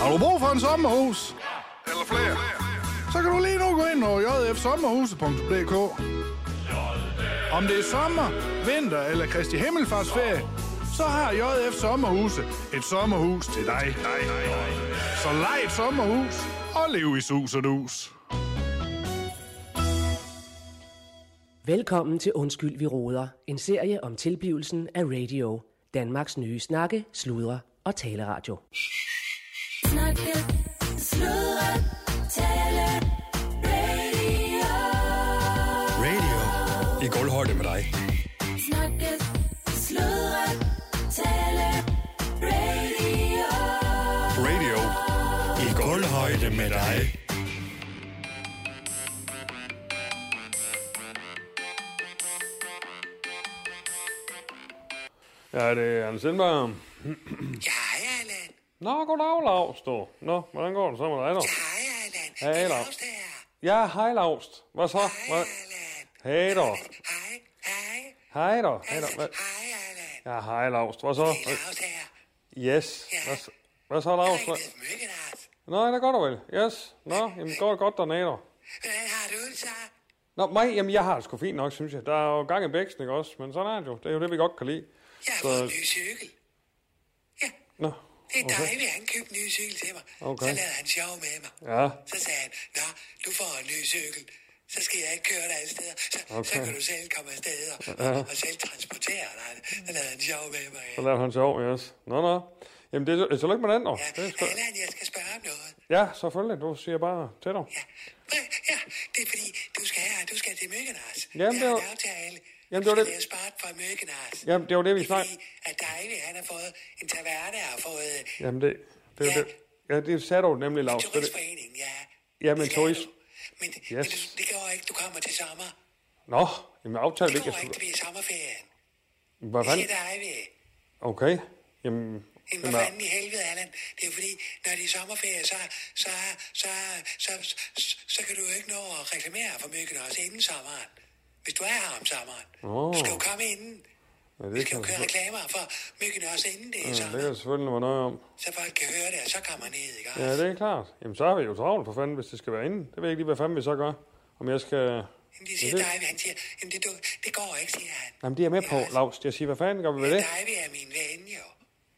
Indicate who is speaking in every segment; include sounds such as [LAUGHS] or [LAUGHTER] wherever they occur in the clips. Speaker 1: Har du brug for en sommerhus?
Speaker 2: Eller flere.
Speaker 1: Så kan du lige nu gå ind på jfsommerhuset.dk. Om det er sommer, vinter eller Kristi Himmelfartsferie, så har JF Sommerhuse et sommerhus til dig.
Speaker 2: Nej, nej, nej.
Speaker 1: Så lej et sommerhus og lev i sus og dus.
Speaker 3: Velkommen til Undskyld, vi råder. En serie om tilblivelsen af radio. Danmarks nye snakke, sludre og taleradio.
Speaker 4: Snakke, sludre, tale, radio.
Speaker 5: Radio. I gulvhøjde med dig.
Speaker 4: Snakke, sludre, tale, radio.
Speaker 5: Radio. I gulvhøjde med dig.
Speaker 6: Ja, det er Anders Sindberg.
Speaker 7: Ja, hej Allan.
Speaker 6: Nå, goddag, Lars, du. Nå, hvordan går det så med dig, dog?
Speaker 7: Hej Allan.
Speaker 6: Hej,
Speaker 7: Det er
Speaker 6: Lav.
Speaker 7: Claus, det er.
Speaker 6: Ja, hej, Lars. Hvad så? Hvad?
Speaker 7: Hej
Speaker 6: Hej,
Speaker 7: Allan.
Speaker 6: dog.
Speaker 7: Hej, hej.
Speaker 6: Hej, dog. Hej, dog. Hvad?
Speaker 7: Hej
Speaker 6: Ja,
Speaker 7: Allan.
Speaker 6: hej, Lars. Hvad så?
Speaker 7: Det er Claus, det er.
Speaker 6: Yes. Hvad, så- hvad så, Lars?
Speaker 7: Jeg
Speaker 6: Hvad?
Speaker 7: er smykke, Lars.
Speaker 6: Nej, det går du vel. Yes. Nå, jamen, går det godt dernede, dog.
Speaker 7: Hvordan har du det så?
Speaker 6: Nå, mig, jamen, jeg har det sgu fint nok, synes jeg. Der er jo gang i bæksen, ikke også? Men sådan er det jo. Det er jo det, vi godt kan lide.
Speaker 7: Jeg har
Speaker 6: Så-
Speaker 7: fået en ny cykel. Ja,
Speaker 6: Nå,
Speaker 7: det er dejligt, at han købte en ny cykel til mig.
Speaker 6: Okay.
Speaker 7: Så lavede han sjov med mig.
Speaker 6: Ja.
Speaker 7: Så sagde han, nå, du får en ny cykel. Så skal jeg ikke køre dig alle steder. Så, så
Speaker 6: Okay.
Speaker 7: kan du selv komme afsted og, og, og selv transportere dig. Så lavede han sjov med mig.
Speaker 6: så lader han sjov, yes. Nå, nå. Jamen, det er, tillykke med den, dog. Det
Speaker 7: Ja,
Speaker 6: er sgu...
Speaker 7: Allan, jeg skal spørge om noget.
Speaker 6: Ja, selvfølgelig. Du siger bare til dig.
Speaker 7: Ja, Hva- ja, det er fordi, du skal have, du skal til Mykkenas.
Speaker 6: Jamen, det
Speaker 7: jeg
Speaker 6: var-
Speaker 7: har en aftale.
Speaker 6: Jamen,
Speaker 7: Jamen,
Speaker 6: det var
Speaker 7: det
Speaker 6: det-
Speaker 7: Jeg sparet for Mykkenas.
Speaker 6: Jamen, det var det, vi
Speaker 7: Det er
Speaker 6: snakkede...
Speaker 7: fordi, at dejligt, han har fået en taverne og fået øh,
Speaker 6: Jamen, det, det er jo
Speaker 7: Ja.
Speaker 6: det. Ja, det sagde du nemlig, Lars. Det, er det.
Speaker 7: turistforening, ja.
Speaker 6: Jamen,
Speaker 7: Det skal
Speaker 6: turist-
Speaker 7: du. Men, men
Speaker 6: Yes.
Speaker 7: du, det går ikke, du kommer til sommer.
Speaker 6: Nå, jamen aftale
Speaker 7: Det
Speaker 6: ikke.
Speaker 7: går ikke, det bliver sommerferien.
Speaker 6: Hvad
Speaker 7: Det
Speaker 6: fanden?
Speaker 7: er dejligt.
Speaker 6: Okay. Jamen,
Speaker 7: Jamen,
Speaker 6: jamen,
Speaker 7: hvor fanden i helvede, Allan? Det er fordi, når det er sommerferie, så, så, så, så, så, så, så kan du jo ikke nå at reklamere for myggen også inden sommeren. Hvis du er her om sommeren.
Speaker 6: Åh.
Speaker 7: Du skal jo komme inden.
Speaker 6: ja, det
Speaker 7: Du skal
Speaker 6: kan
Speaker 7: jo
Speaker 6: jeg
Speaker 7: køre
Speaker 6: selvfølgelig-
Speaker 7: reklamer for myggen også inden det er
Speaker 6: ja, det kan
Speaker 7: sommer.
Speaker 6: jeg selvfølgelig være nøje om.
Speaker 7: Så folk kan høre det, og så kommer ned, ikke også?
Speaker 6: Ja, det er klart. Jamen, så er vi jo travlt for fanden, hvis det skal være inde. Det ved jeg ikke lige, hvad fanden vi så gør. Om jeg skal...
Speaker 7: Jamen, de siger,
Speaker 6: Men det-
Speaker 7: dig, han siger, jamen, det, du- det går ikke, siger han.
Speaker 6: Jamen, det er jeg med på, Lars. Jeg siger, hvad fanden gør vi ved det?
Speaker 7: Dig er min ven, jo.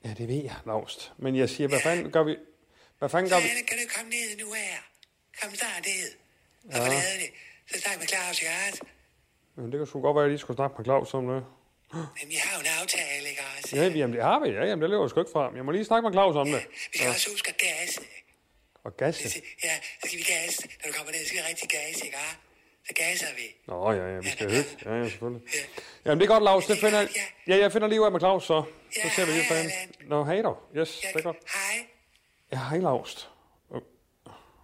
Speaker 6: Ja, det ved jeg, Lars. Men jeg siger, hvad fanden gør vi... Hvad fanden gør vi...
Speaker 7: Allan, kan du komme ned nu her? Kom snart ned. Og ja. forlade det. Så snak med Claus Jørgens.
Speaker 6: Jamen, det kan sgu godt være, at jeg lige skulle snakke med Claus om det.
Speaker 7: Men vi har jo en aftale, ikke også?
Speaker 6: Ja, jamen, det har vi. Ja, jamen, det løber jeg sgu ikke fra. Jeg må lige snakke med Claus om det.
Speaker 7: Vi skal også huske at gasse.
Speaker 6: Og gasse.
Speaker 7: Ja, så skal vi gasse. Når du kommer ned, så skal vi rigtig gasse, ikke? hva'? Så gasser vi.
Speaker 6: Nå, ja, ja, vi skal hygge. Ja, ja, selvfølgelig. Jamen, det er godt, Lars. Det finder... Ja, jeg finder lige ud af med Claus, så. Så
Speaker 7: Ja,
Speaker 6: ser vi lige
Speaker 7: hej,
Speaker 6: fanden. Nå, hej dog. Yes, det er godt.
Speaker 7: Hej.
Speaker 6: Ja, hej, Lars. Åh,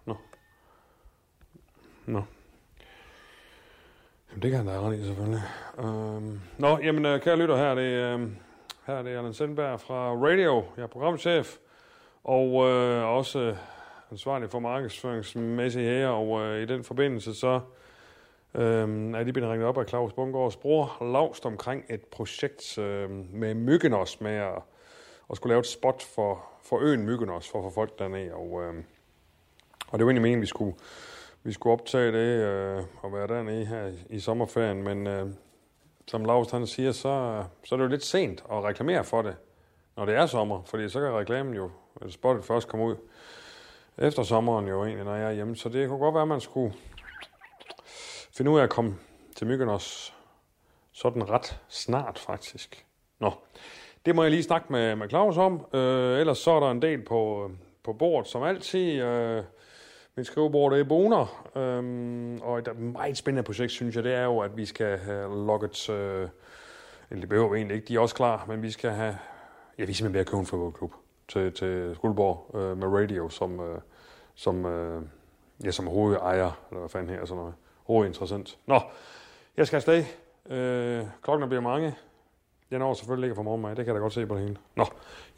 Speaker 6: Nå. Nå. Jamen, det kan han da ret i, selvfølgelig. Øhm, Nå, jamen, øh, kære lytter, her er det, øhm, her er det Allan Sendberg fra Radio. Jeg er programchef, og øh, også øh, ansvarlig for markedsføringsmæssige her, og øh, i den forbindelse så øhm, er jeg lige blevet ringet op af Claus Bungårds bror, Lavst, omkring et projekt øh, med Myggenos, med at og skulle lave et spot for, for øen Myggenos, for at få folk dernede. Og, øh, og det var egentlig meningen, vi skulle, vi skulle optage det øh, og være dernede her i, i sommerferien, men øh, som Lars han siger, så, så er det jo lidt sent at reklamere for det, når det er sommer, fordi så kan reklamen jo, eller spottet først komme ud efter sommeren jo egentlig, når jeg er hjemme. Så det kunne godt være, at man skulle finde ud af at komme til Mykonos sådan ret snart faktisk. Nå, det må jeg lige snakke med, med Claus om. Øh, ellers så er der en del på, øh, på bordet, som altid. Øh, mit skrivebord det er boner, øhm, og et meget spændende projekt, synes jeg, det er jo, at vi skal have logget, øh, eller det behøver vi egentlig ikke, de er også klar, men vi skal have, ja, vi er simpelthen ved at købe en fodboldklub til, til Skuldborg øh, med Radio, som, øh, som, øh, ja, som hovedejer, eller hvad fanden her, sådan noget, hovedinteressant. Nå, jeg skal afsted. Øh, klokken bliver mange. Jeg når selvfølgelig ikke for morgen med, det kan jeg da godt se på det hele. Nå,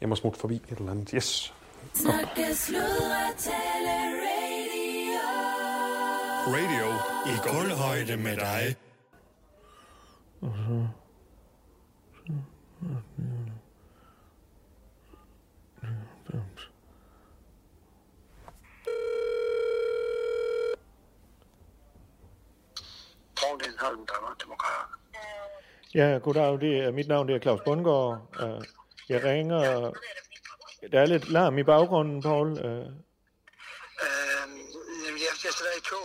Speaker 6: jeg må smutte forbi et eller andet. Yes.
Speaker 4: Snakke, sludre, tale, radio.
Speaker 5: Radio. I gulvhøjde med dig.
Speaker 7: Demokrater.
Speaker 8: Ja, goddag. Det er, mit navn det er Claus Bundgaard. Øh, Jeg ringer... Der er lidt larm i baggrunden, Paul. Øh,
Speaker 7: Øh, jamen, jeg, jeg sidder i tog.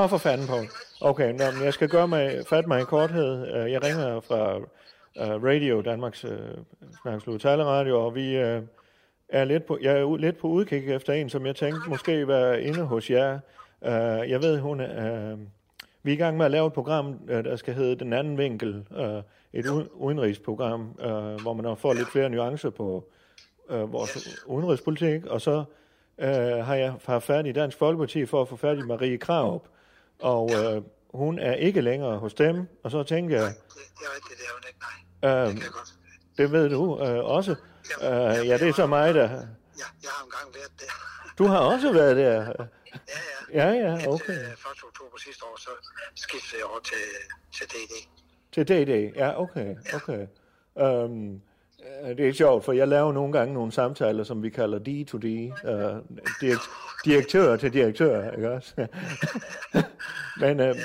Speaker 8: Nå, for fanden, Paul. Okay, nå, men jeg skal gøre mig, fat mig i korthed. Øh, Jeg ringer fra øh, Radio, Danmarks øh, Snakkeslut Taleradio, og vi øh, er lidt på, jeg er u- lidt på udkig efter en, som jeg tænkte måske var inde hos jer. Øh, Jeg ved, hun er... øh, Vi er i gang med at lave et program, øh, der skal hedde Den anden vinkel. øh, Et u- udenrigsprogram, øh, hvor man også får lidt flere nuancer på øh, vores udenrigspolitik. Og så øh, har jeg haft fat i Dansk Folkeparti for at få fat i Marie Kraup. Og øh, hun er ikke længere hos dem. Og så tænker jeg,
Speaker 7: Det, det er rigtigt, det er hun ikke. Nej,
Speaker 8: øh,
Speaker 7: det er godt.
Speaker 8: det ved du øh, også. Øh, ja, det er så mig, der...
Speaker 7: Ja, jeg har engang været der.
Speaker 8: Du har også været der.
Speaker 7: Ja, ja.
Speaker 8: Ja, ja, okay.
Speaker 7: Øh, 1. oktober sidste år, så skiftede jeg over til, til DD.
Speaker 8: Til DD, ja, okay, okay. Um, det er sjovt, for jeg laver nogle gange nogle samtaler, som vi kalder D2D, uh, direkt, direktør til direktør, ikke også? [LAUGHS] men, uh,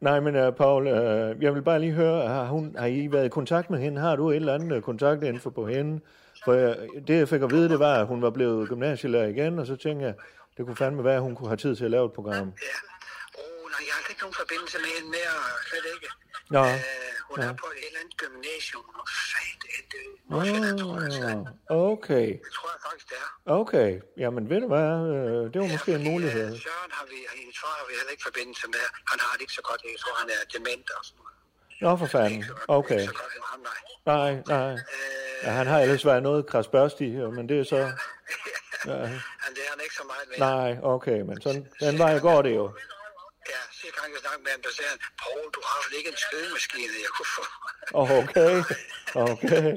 Speaker 8: nej, men uh, Paul, uh, jeg vil bare lige høre, har, hun, har I været i kontakt med hende? Har du et eller andet øh, kontaktinfo på hende? For jeg, det, jeg fik at vide, det var, at hun var blevet gymnasielærer igen, og så tænkte jeg, det kunne fandme være, at hun kunne have tid til at lave et program.
Speaker 7: Ja. Åh, nej, jeg har ikke nogen forbindelse med hende mere, slet ikke.
Speaker 8: Nå.
Speaker 7: Øh, hun er på et eller andet gymnasium, og fat er det.
Speaker 8: Oh, okay.
Speaker 7: Det tror jeg faktisk, det er.
Speaker 8: Okay, jamen ved du hvad, øh, det var måske en mulighed.
Speaker 7: Øh, Søren har vi, hendes far har vi heller ikke forbindelse med. Han har det ikke så godt. Jeg tror, han er dement og sådan noget.
Speaker 8: Nå for fanden, okay.
Speaker 7: Så godt, han ham, nej. Øh,
Speaker 8: Nej, nej. Ja, han har ellers været noget krasbørstig, øh, men det er så...
Speaker 7: Han det er han ikke så meget med.
Speaker 8: Nej, okay, men sådan, den vej går det jo.
Speaker 7: Ja, sidste gang jeg snakkede med ham, der sagde han, Poul, du har vel ikke en skydemaskine, jeg kunne få. [LAUGHS]
Speaker 8: Åh, Oh, Okay, okay.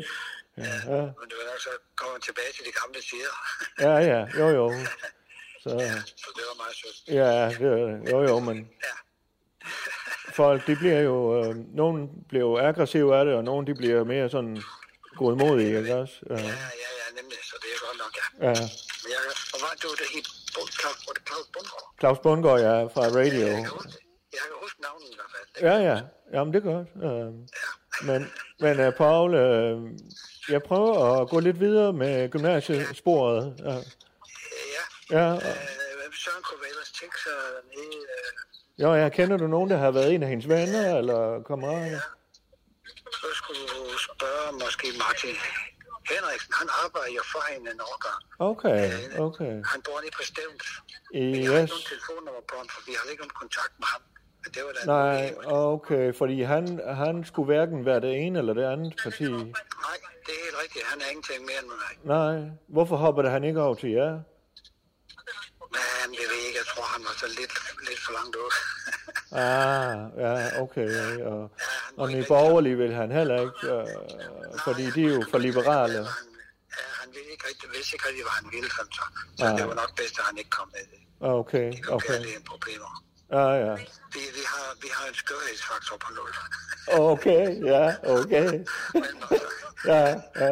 Speaker 7: Men det var nok så kommet tilbage til de gamle tider. [LAUGHS]
Speaker 8: Ja, ja, jo, jo. Så,
Speaker 7: Så det var meget sødt.
Speaker 8: ja, det, er- jo, jo, men... Folk, de bliver jo... Øh, nogen bliver jo aggressive af det, og nogen de bliver mere sådan godmodige, ikke også? Ja,
Speaker 7: Ja, ja, ja, nemlig. Så det er godt nok, ja.
Speaker 8: ja.
Speaker 7: Men jeg, hvor var det, du der hed Bo- Claus- var det Claus Bundgaard?
Speaker 8: Claus Bundgaard, jeg er fra
Speaker 7: Jeg
Speaker 8: Radio.
Speaker 7: kan huske, jeg kan huske navnet i hvert fald.
Speaker 8: Ja, ja. Jamen, det er godt. Øh, men, men uh, Paul, øh, jeg prøver at gå lidt videre med gymnasiesporet. Øh,
Speaker 7: Ja,
Speaker 8: ja, og,
Speaker 7: øh, hvem Søren kunne vel ellers tænke sig nede... Øh,
Speaker 8: jo, jeg kender du nogen, der har været en af hendes venner eller kammerater?
Speaker 7: så skulle du spørge måske Martin Henriksen. Han arbejder jo for hende en årgang.
Speaker 8: Okay, okay.
Speaker 7: Han bor nede på Stævns. Jeg har
Speaker 8: Yes.
Speaker 7: ikke nogen telefonnummer på ham, for vi har ikke nogen kontakt med ham. Men det var da en
Speaker 8: Nej,
Speaker 7: mulighed.
Speaker 8: okay, fordi han, han skulle hverken være det ene eller det andet parti.
Speaker 7: Nej, det er helt rigtigt. Han er ingenting mere end mig.
Speaker 8: Nej, hvorfor hoppede han ikke over til jer?
Speaker 7: Men det ved jeg ikke. Jeg tror, han var så lidt, lidt for langt ud.
Speaker 8: Ah, ja, okay. Og, og nye borgerlige vil han heller ikke, øh, fordi de er jo for liberale.
Speaker 7: ja, han ville ikke rigtig, vidste ikke rigtig, hvad han ville. Sådan, så så det var nok bedst, at han ikke kom med det.
Speaker 8: Ah, Okay,
Speaker 7: Okay.
Speaker 8: okay.
Speaker 7: Det er en problemer.
Speaker 8: Ja, ja.
Speaker 7: Vi, vi, har, vi har en skørhedsfaktor på nul.
Speaker 8: Okay, ja, okay.
Speaker 7: Men altså,
Speaker 8: Ja, ja.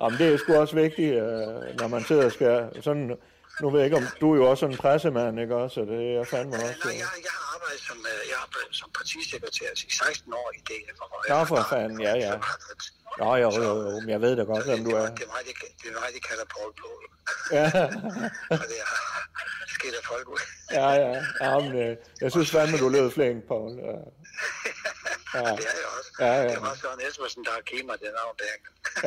Speaker 8: Jamen, det er sgu også vigtigt, øh, når man sidder og skal... Sådan, nu ved jeg ikke, om du er jo også en pressemand, ikke også? Og det er jeg fandme også.
Speaker 7: nej, jeg,
Speaker 8: øh.
Speaker 7: jeg har arbejdet som, øh, jeg har arbejdet som partisekretær i 16 år i DF. og
Speaker 8: Nå,
Speaker 7: jeg
Speaker 8: for
Speaker 7: har-
Speaker 8: fanden, ja, ja.
Speaker 7: Så-
Speaker 8: Nå, jo, jo, jo, men jeg ved da godt, hvem du er.
Speaker 7: Det er mig, de, det er mig, de kalder Paul Blod.
Speaker 8: Ja,
Speaker 7: [LAUGHS] Og det er skidt af folk ud.
Speaker 8: ja, ja. Jamen, øh, jeg synes fandme, du lød flink, Paul. Ja.
Speaker 7: Det er jeg også.
Speaker 8: Ja, ja.
Speaker 7: Det var Søren Espersen, der har givet mig det navn der.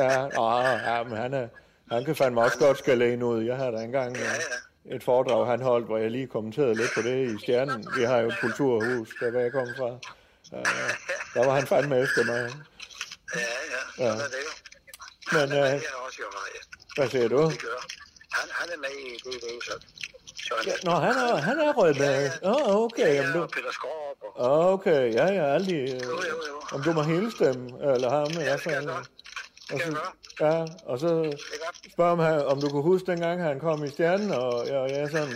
Speaker 8: Ja, åh, ja men han, er, han kan fandme også godt skælde en ud. Jeg havde da engang øh, et foredrag, han holdt, hvor jeg lige kommenterede lidt på det i Stjernen. Vi har jo et kulturhus, der hvor jeg kom fra. Øh, der var han fandme efter mig.
Speaker 7: Ja, ja. Sådan er det jo.
Speaker 8: Men øh,
Speaker 7: Det er også jo vej.
Speaker 8: hvad siger du?
Speaker 7: Det gør. Han, han er med i DD, så... så
Speaker 8: Ja, Nå, han er, han er rød med. Åh, oh, okay. Jamen,
Speaker 7: Ja,
Speaker 8: du,
Speaker 7: og Peter Skorp og...
Speaker 8: okay, ja, ja, alle de, øh,
Speaker 7: Jo, jo, jo.
Speaker 8: om du må hilse dem, eller ham i hvert
Speaker 7: Det er
Speaker 8: fald.
Speaker 7: godt.
Speaker 8: Og
Speaker 7: Det er
Speaker 8: så,
Speaker 7: godt.
Speaker 8: ja, og så
Speaker 7: Det er godt.
Speaker 8: spørg om, han- om du kunne huske dengang, han kom i Stjernen, og jeg, jeg sådan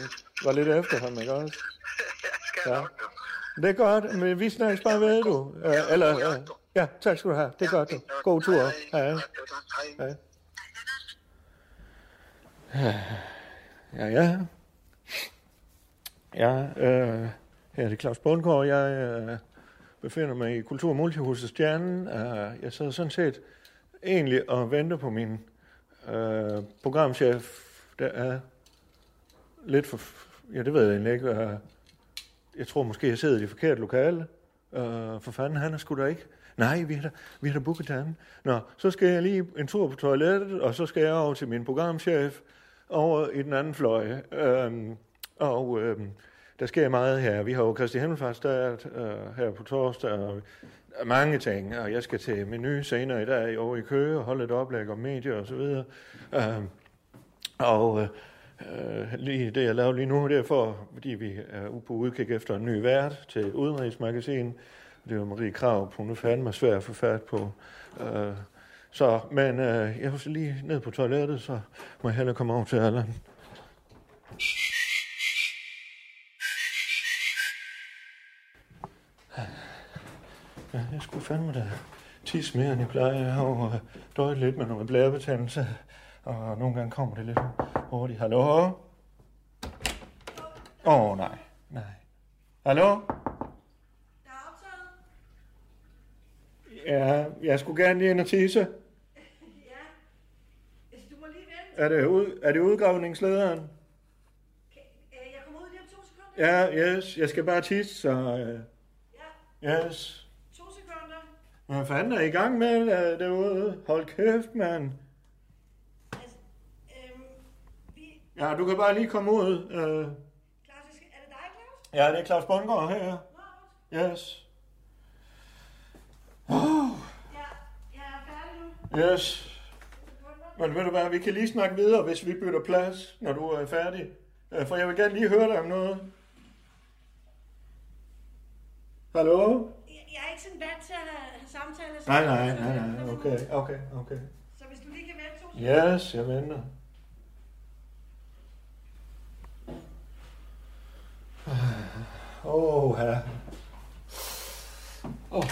Speaker 8: var lidt efter ham, ikke også?
Speaker 7: Skal jeg
Speaker 8: Ja.
Speaker 7: nok, du.
Speaker 8: Det er godt, men vi snakkes bare ved, du. Øh, eller, øh, ja, tak skal du have. Det er godt, du.
Speaker 7: Fint nok.
Speaker 8: God tur.
Speaker 7: Hej.
Speaker 8: Hej.
Speaker 7: Hej.
Speaker 8: Hej. Ja, ja. Ja, øh, her er det Claus Bundgaard. Jeg øh, befinder mig i Kultur- og Multihuset Stjernen. Øh, Jeg sad sådan set egentlig og venter på min øh, programchef, der er lidt for... Ja, det ved jeg egentlig ikke. Øh, jeg tror måske, jeg sidder i det forkerte lokale. Øh, for fanden, han er sgu da ikke. Nej, vi har da, vi har da booket ham. Nå, så skal jeg lige en tur på toilettet, og så skal jeg over til min programchef over i den anden fløj. Øhm, og øhm, der sker meget her. Vi har jo Kristi Himmelfartsdag øh, her på torsdag, og mange ting. Og jeg skal til menu senere i dag over i Køge og holde et oplæg om medier og så videre. Øhm, og øh, øh, lige det, jeg laver lige nu, det er for, fordi vi er ude på udkig efter en ny vært til et udenrigsmagasin. Det var Marie Krav, hun er fandme svær at få fat på. Øh, så, men øh, jeg var lige ned på toilettet, så må jeg hellere komme over til Allan. Ja, jeg skulle fandme da tisse mere, end jeg plejer. Jeg har jo øh, døjet lidt med noget blærebetændelse, og nogle gange kommer det lidt hurtigt. Hallo? Åh, oh, nej. Nej. Hallo? Ja, jeg skulle gerne lige ind og tisse.
Speaker 9: Altså, Du må lige vente.
Speaker 8: Er det, ud, er det udgravningslederen?
Speaker 9: Øh, Jeg kommer ud lige om to sekunder.
Speaker 8: Ja, yes. Jeg skal bare tisse, så... Øh, yes.
Speaker 9: To sekunder.
Speaker 8: Hvad fanden er I i gang med øh, derude? Hold kæft, mand.
Speaker 9: Øhm, vi...
Speaker 8: Ja, du kan bare lige komme ud. Øh.
Speaker 9: Claus, jeg skal... er det dig, Claus?
Speaker 8: Ja, det er Claus Bundgaard her. Yes.
Speaker 9: Ja, jeg er færdig nu.
Speaker 8: Yes. Men ved du hvad, vi kan lige snakke videre, hvis vi bytter plads, når du er færdig. Øh, For jeg vil gerne lige høre dig om noget. Hallo?
Speaker 9: Jeg, jeg er ikke sådan vant til at have, have samtaler. så-
Speaker 8: Nej, nej, nej, nej. Okay, okay, okay.
Speaker 9: Så hvis du lige kan vente to sekunder.
Speaker 8: Yes, jeg venter. Åh, oh, her. oh,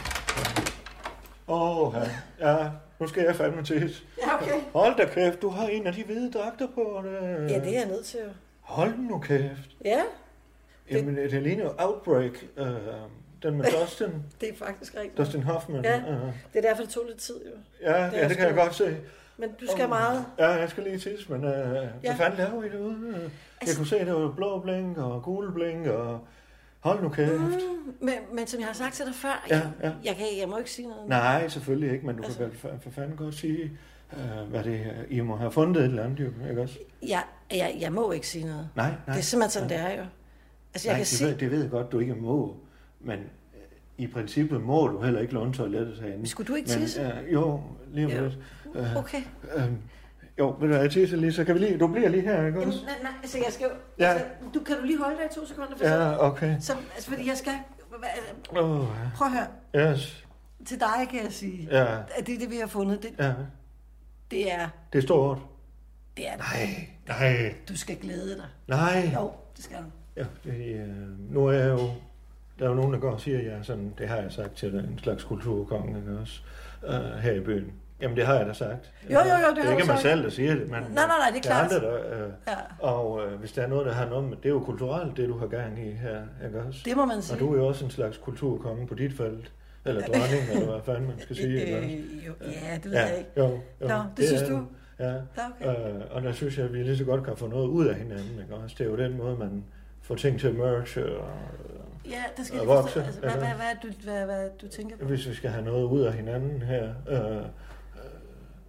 Speaker 8: Åh, her. Ja, nu skal jeg fandme til.
Speaker 10: Ja, okay.
Speaker 8: Hold da kæft, du har en af de hvide dragter på. Øh.
Speaker 10: Ja, det er jeg nødt til. jo.
Speaker 8: Hold nu kæft.
Speaker 10: Ja,
Speaker 8: Jamen, det, det ligner jo Outbreak, øh, den med Dustin,
Speaker 10: det er faktisk rigtigt.
Speaker 8: Dustin Hoffman.
Speaker 10: Ja.
Speaker 8: øh.
Speaker 10: Det er derfor, det tog lidt tid, jo.
Speaker 8: ja,
Speaker 10: Det
Speaker 8: det,
Speaker 10: er
Speaker 8: ja, det kan jeg
Speaker 10: sgu-
Speaker 8: godt se.
Speaker 10: Men du skal meget.
Speaker 8: Ja, jeg skal lige tisse, men øh, ja.
Speaker 10: Ja.
Speaker 8: hvad fanden laver I derude? Øh, Jeg
Speaker 10: Altså-
Speaker 8: kunne se, der var blå blink og gule blink og... Hold nu kæft.
Speaker 10: Mm. Men, men som jeg har sagt til dig før,
Speaker 8: Ja,
Speaker 10: jeg,
Speaker 8: ja.
Speaker 10: jeg, kan, jeg må ikke sige noget.
Speaker 8: Nej, selvfølgelig ikke, men du
Speaker 10: Altså-
Speaker 8: kan vel for, for fanden godt sige, øh, hvad det er. I må have fundet et eller andet, jo, ikke også?
Speaker 10: Jeg, jeg, jeg må ikke sige noget.
Speaker 8: Nej, nej.
Speaker 10: Det er simpelthen sådan, det er jo. Altså,
Speaker 8: Nej,
Speaker 10: jeg kan
Speaker 8: det,
Speaker 10: sige...
Speaker 8: ved, det ved jeg godt, du ikke må, men øh, i princippet må du heller ikke låne toilettet herinde.
Speaker 10: Skulle du ikke
Speaker 8: men,
Speaker 10: tisse?
Speaker 8: Øh, jo, lige om
Speaker 10: Ja.
Speaker 8: lidt. Øh,
Speaker 10: Okay.
Speaker 8: øh, jo, ved du hvad, jeg tisser lige, så kan vi lige... Du bliver lige her, ikke
Speaker 10: Jamen,
Speaker 8: også?
Speaker 10: nej, nej, altså, jeg skal jo...
Speaker 8: Ja.
Speaker 10: Altså, du, kan du lige holde dig i to sekunder? For så,
Speaker 8: Ja, okay.
Speaker 10: så, altså, fordi jeg skal... altså,
Speaker 8: Oh,
Speaker 10: Prøv at høre.
Speaker 8: yes.
Speaker 10: Til dig kan jeg sige,
Speaker 8: Ja,
Speaker 10: at det, det vi har fundet, det,
Speaker 8: ja.
Speaker 10: det er...
Speaker 8: Det er stort.
Speaker 10: Det er
Speaker 8: Nej, nej,
Speaker 10: Du skal glæde dig.
Speaker 8: nej.
Speaker 10: Jo, det skal du.
Speaker 8: Ja, det, øh, nu er jeg jo... Der er jo nogen, der går og siger, at jeg er sådan... Det har jeg sagt til dig, en slags kulturkonge, ikke også? Øh, her i byen. Jamen, det har jeg da sagt.
Speaker 10: Jo, jo, jo, det har
Speaker 8: Det
Speaker 10: du
Speaker 8: er ikke mig
Speaker 10: sagt.
Speaker 8: selv, der siger det, men...
Speaker 10: Nej, nej, nej, det
Speaker 8: der
Speaker 10: er klart.
Speaker 8: Andre, der, øh,
Speaker 10: Ja,
Speaker 8: Og øh, hvis der er noget, der har noget med, det er jo kulturelt, det du har gang i her, ikke også?
Speaker 10: det må man
Speaker 8: og
Speaker 10: sige.
Speaker 8: du er jo også en slags kulturkonge på dit felt, eller dronning, eller hvad fanden man skal sige, ikke også?
Speaker 10: øh, jo, ja, det ved jeg ikke.
Speaker 8: Jo, jo,
Speaker 10: Nå, det synes
Speaker 8: er
Speaker 10: du?
Speaker 8: jo- Ja,
Speaker 10: Da, okay.
Speaker 8: øh, og der synes jeg, at vi lige så godt kan få noget ud af hinanden, ikke også? Det er jo den måde, man får ting til at merge, og,
Speaker 10: Ja, det skal
Speaker 8: og
Speaker 10: jeg
Speaker 8: vokse,
Speaker 10: forstå. Altså, hvad,
Speaker 8: eller?
Speaker 10: hvad, hvad, er du, hvad, hvad er du tænker på?
Speaker 8: øh, hvis vi skal have noget ud af hinanden her, øh, øh,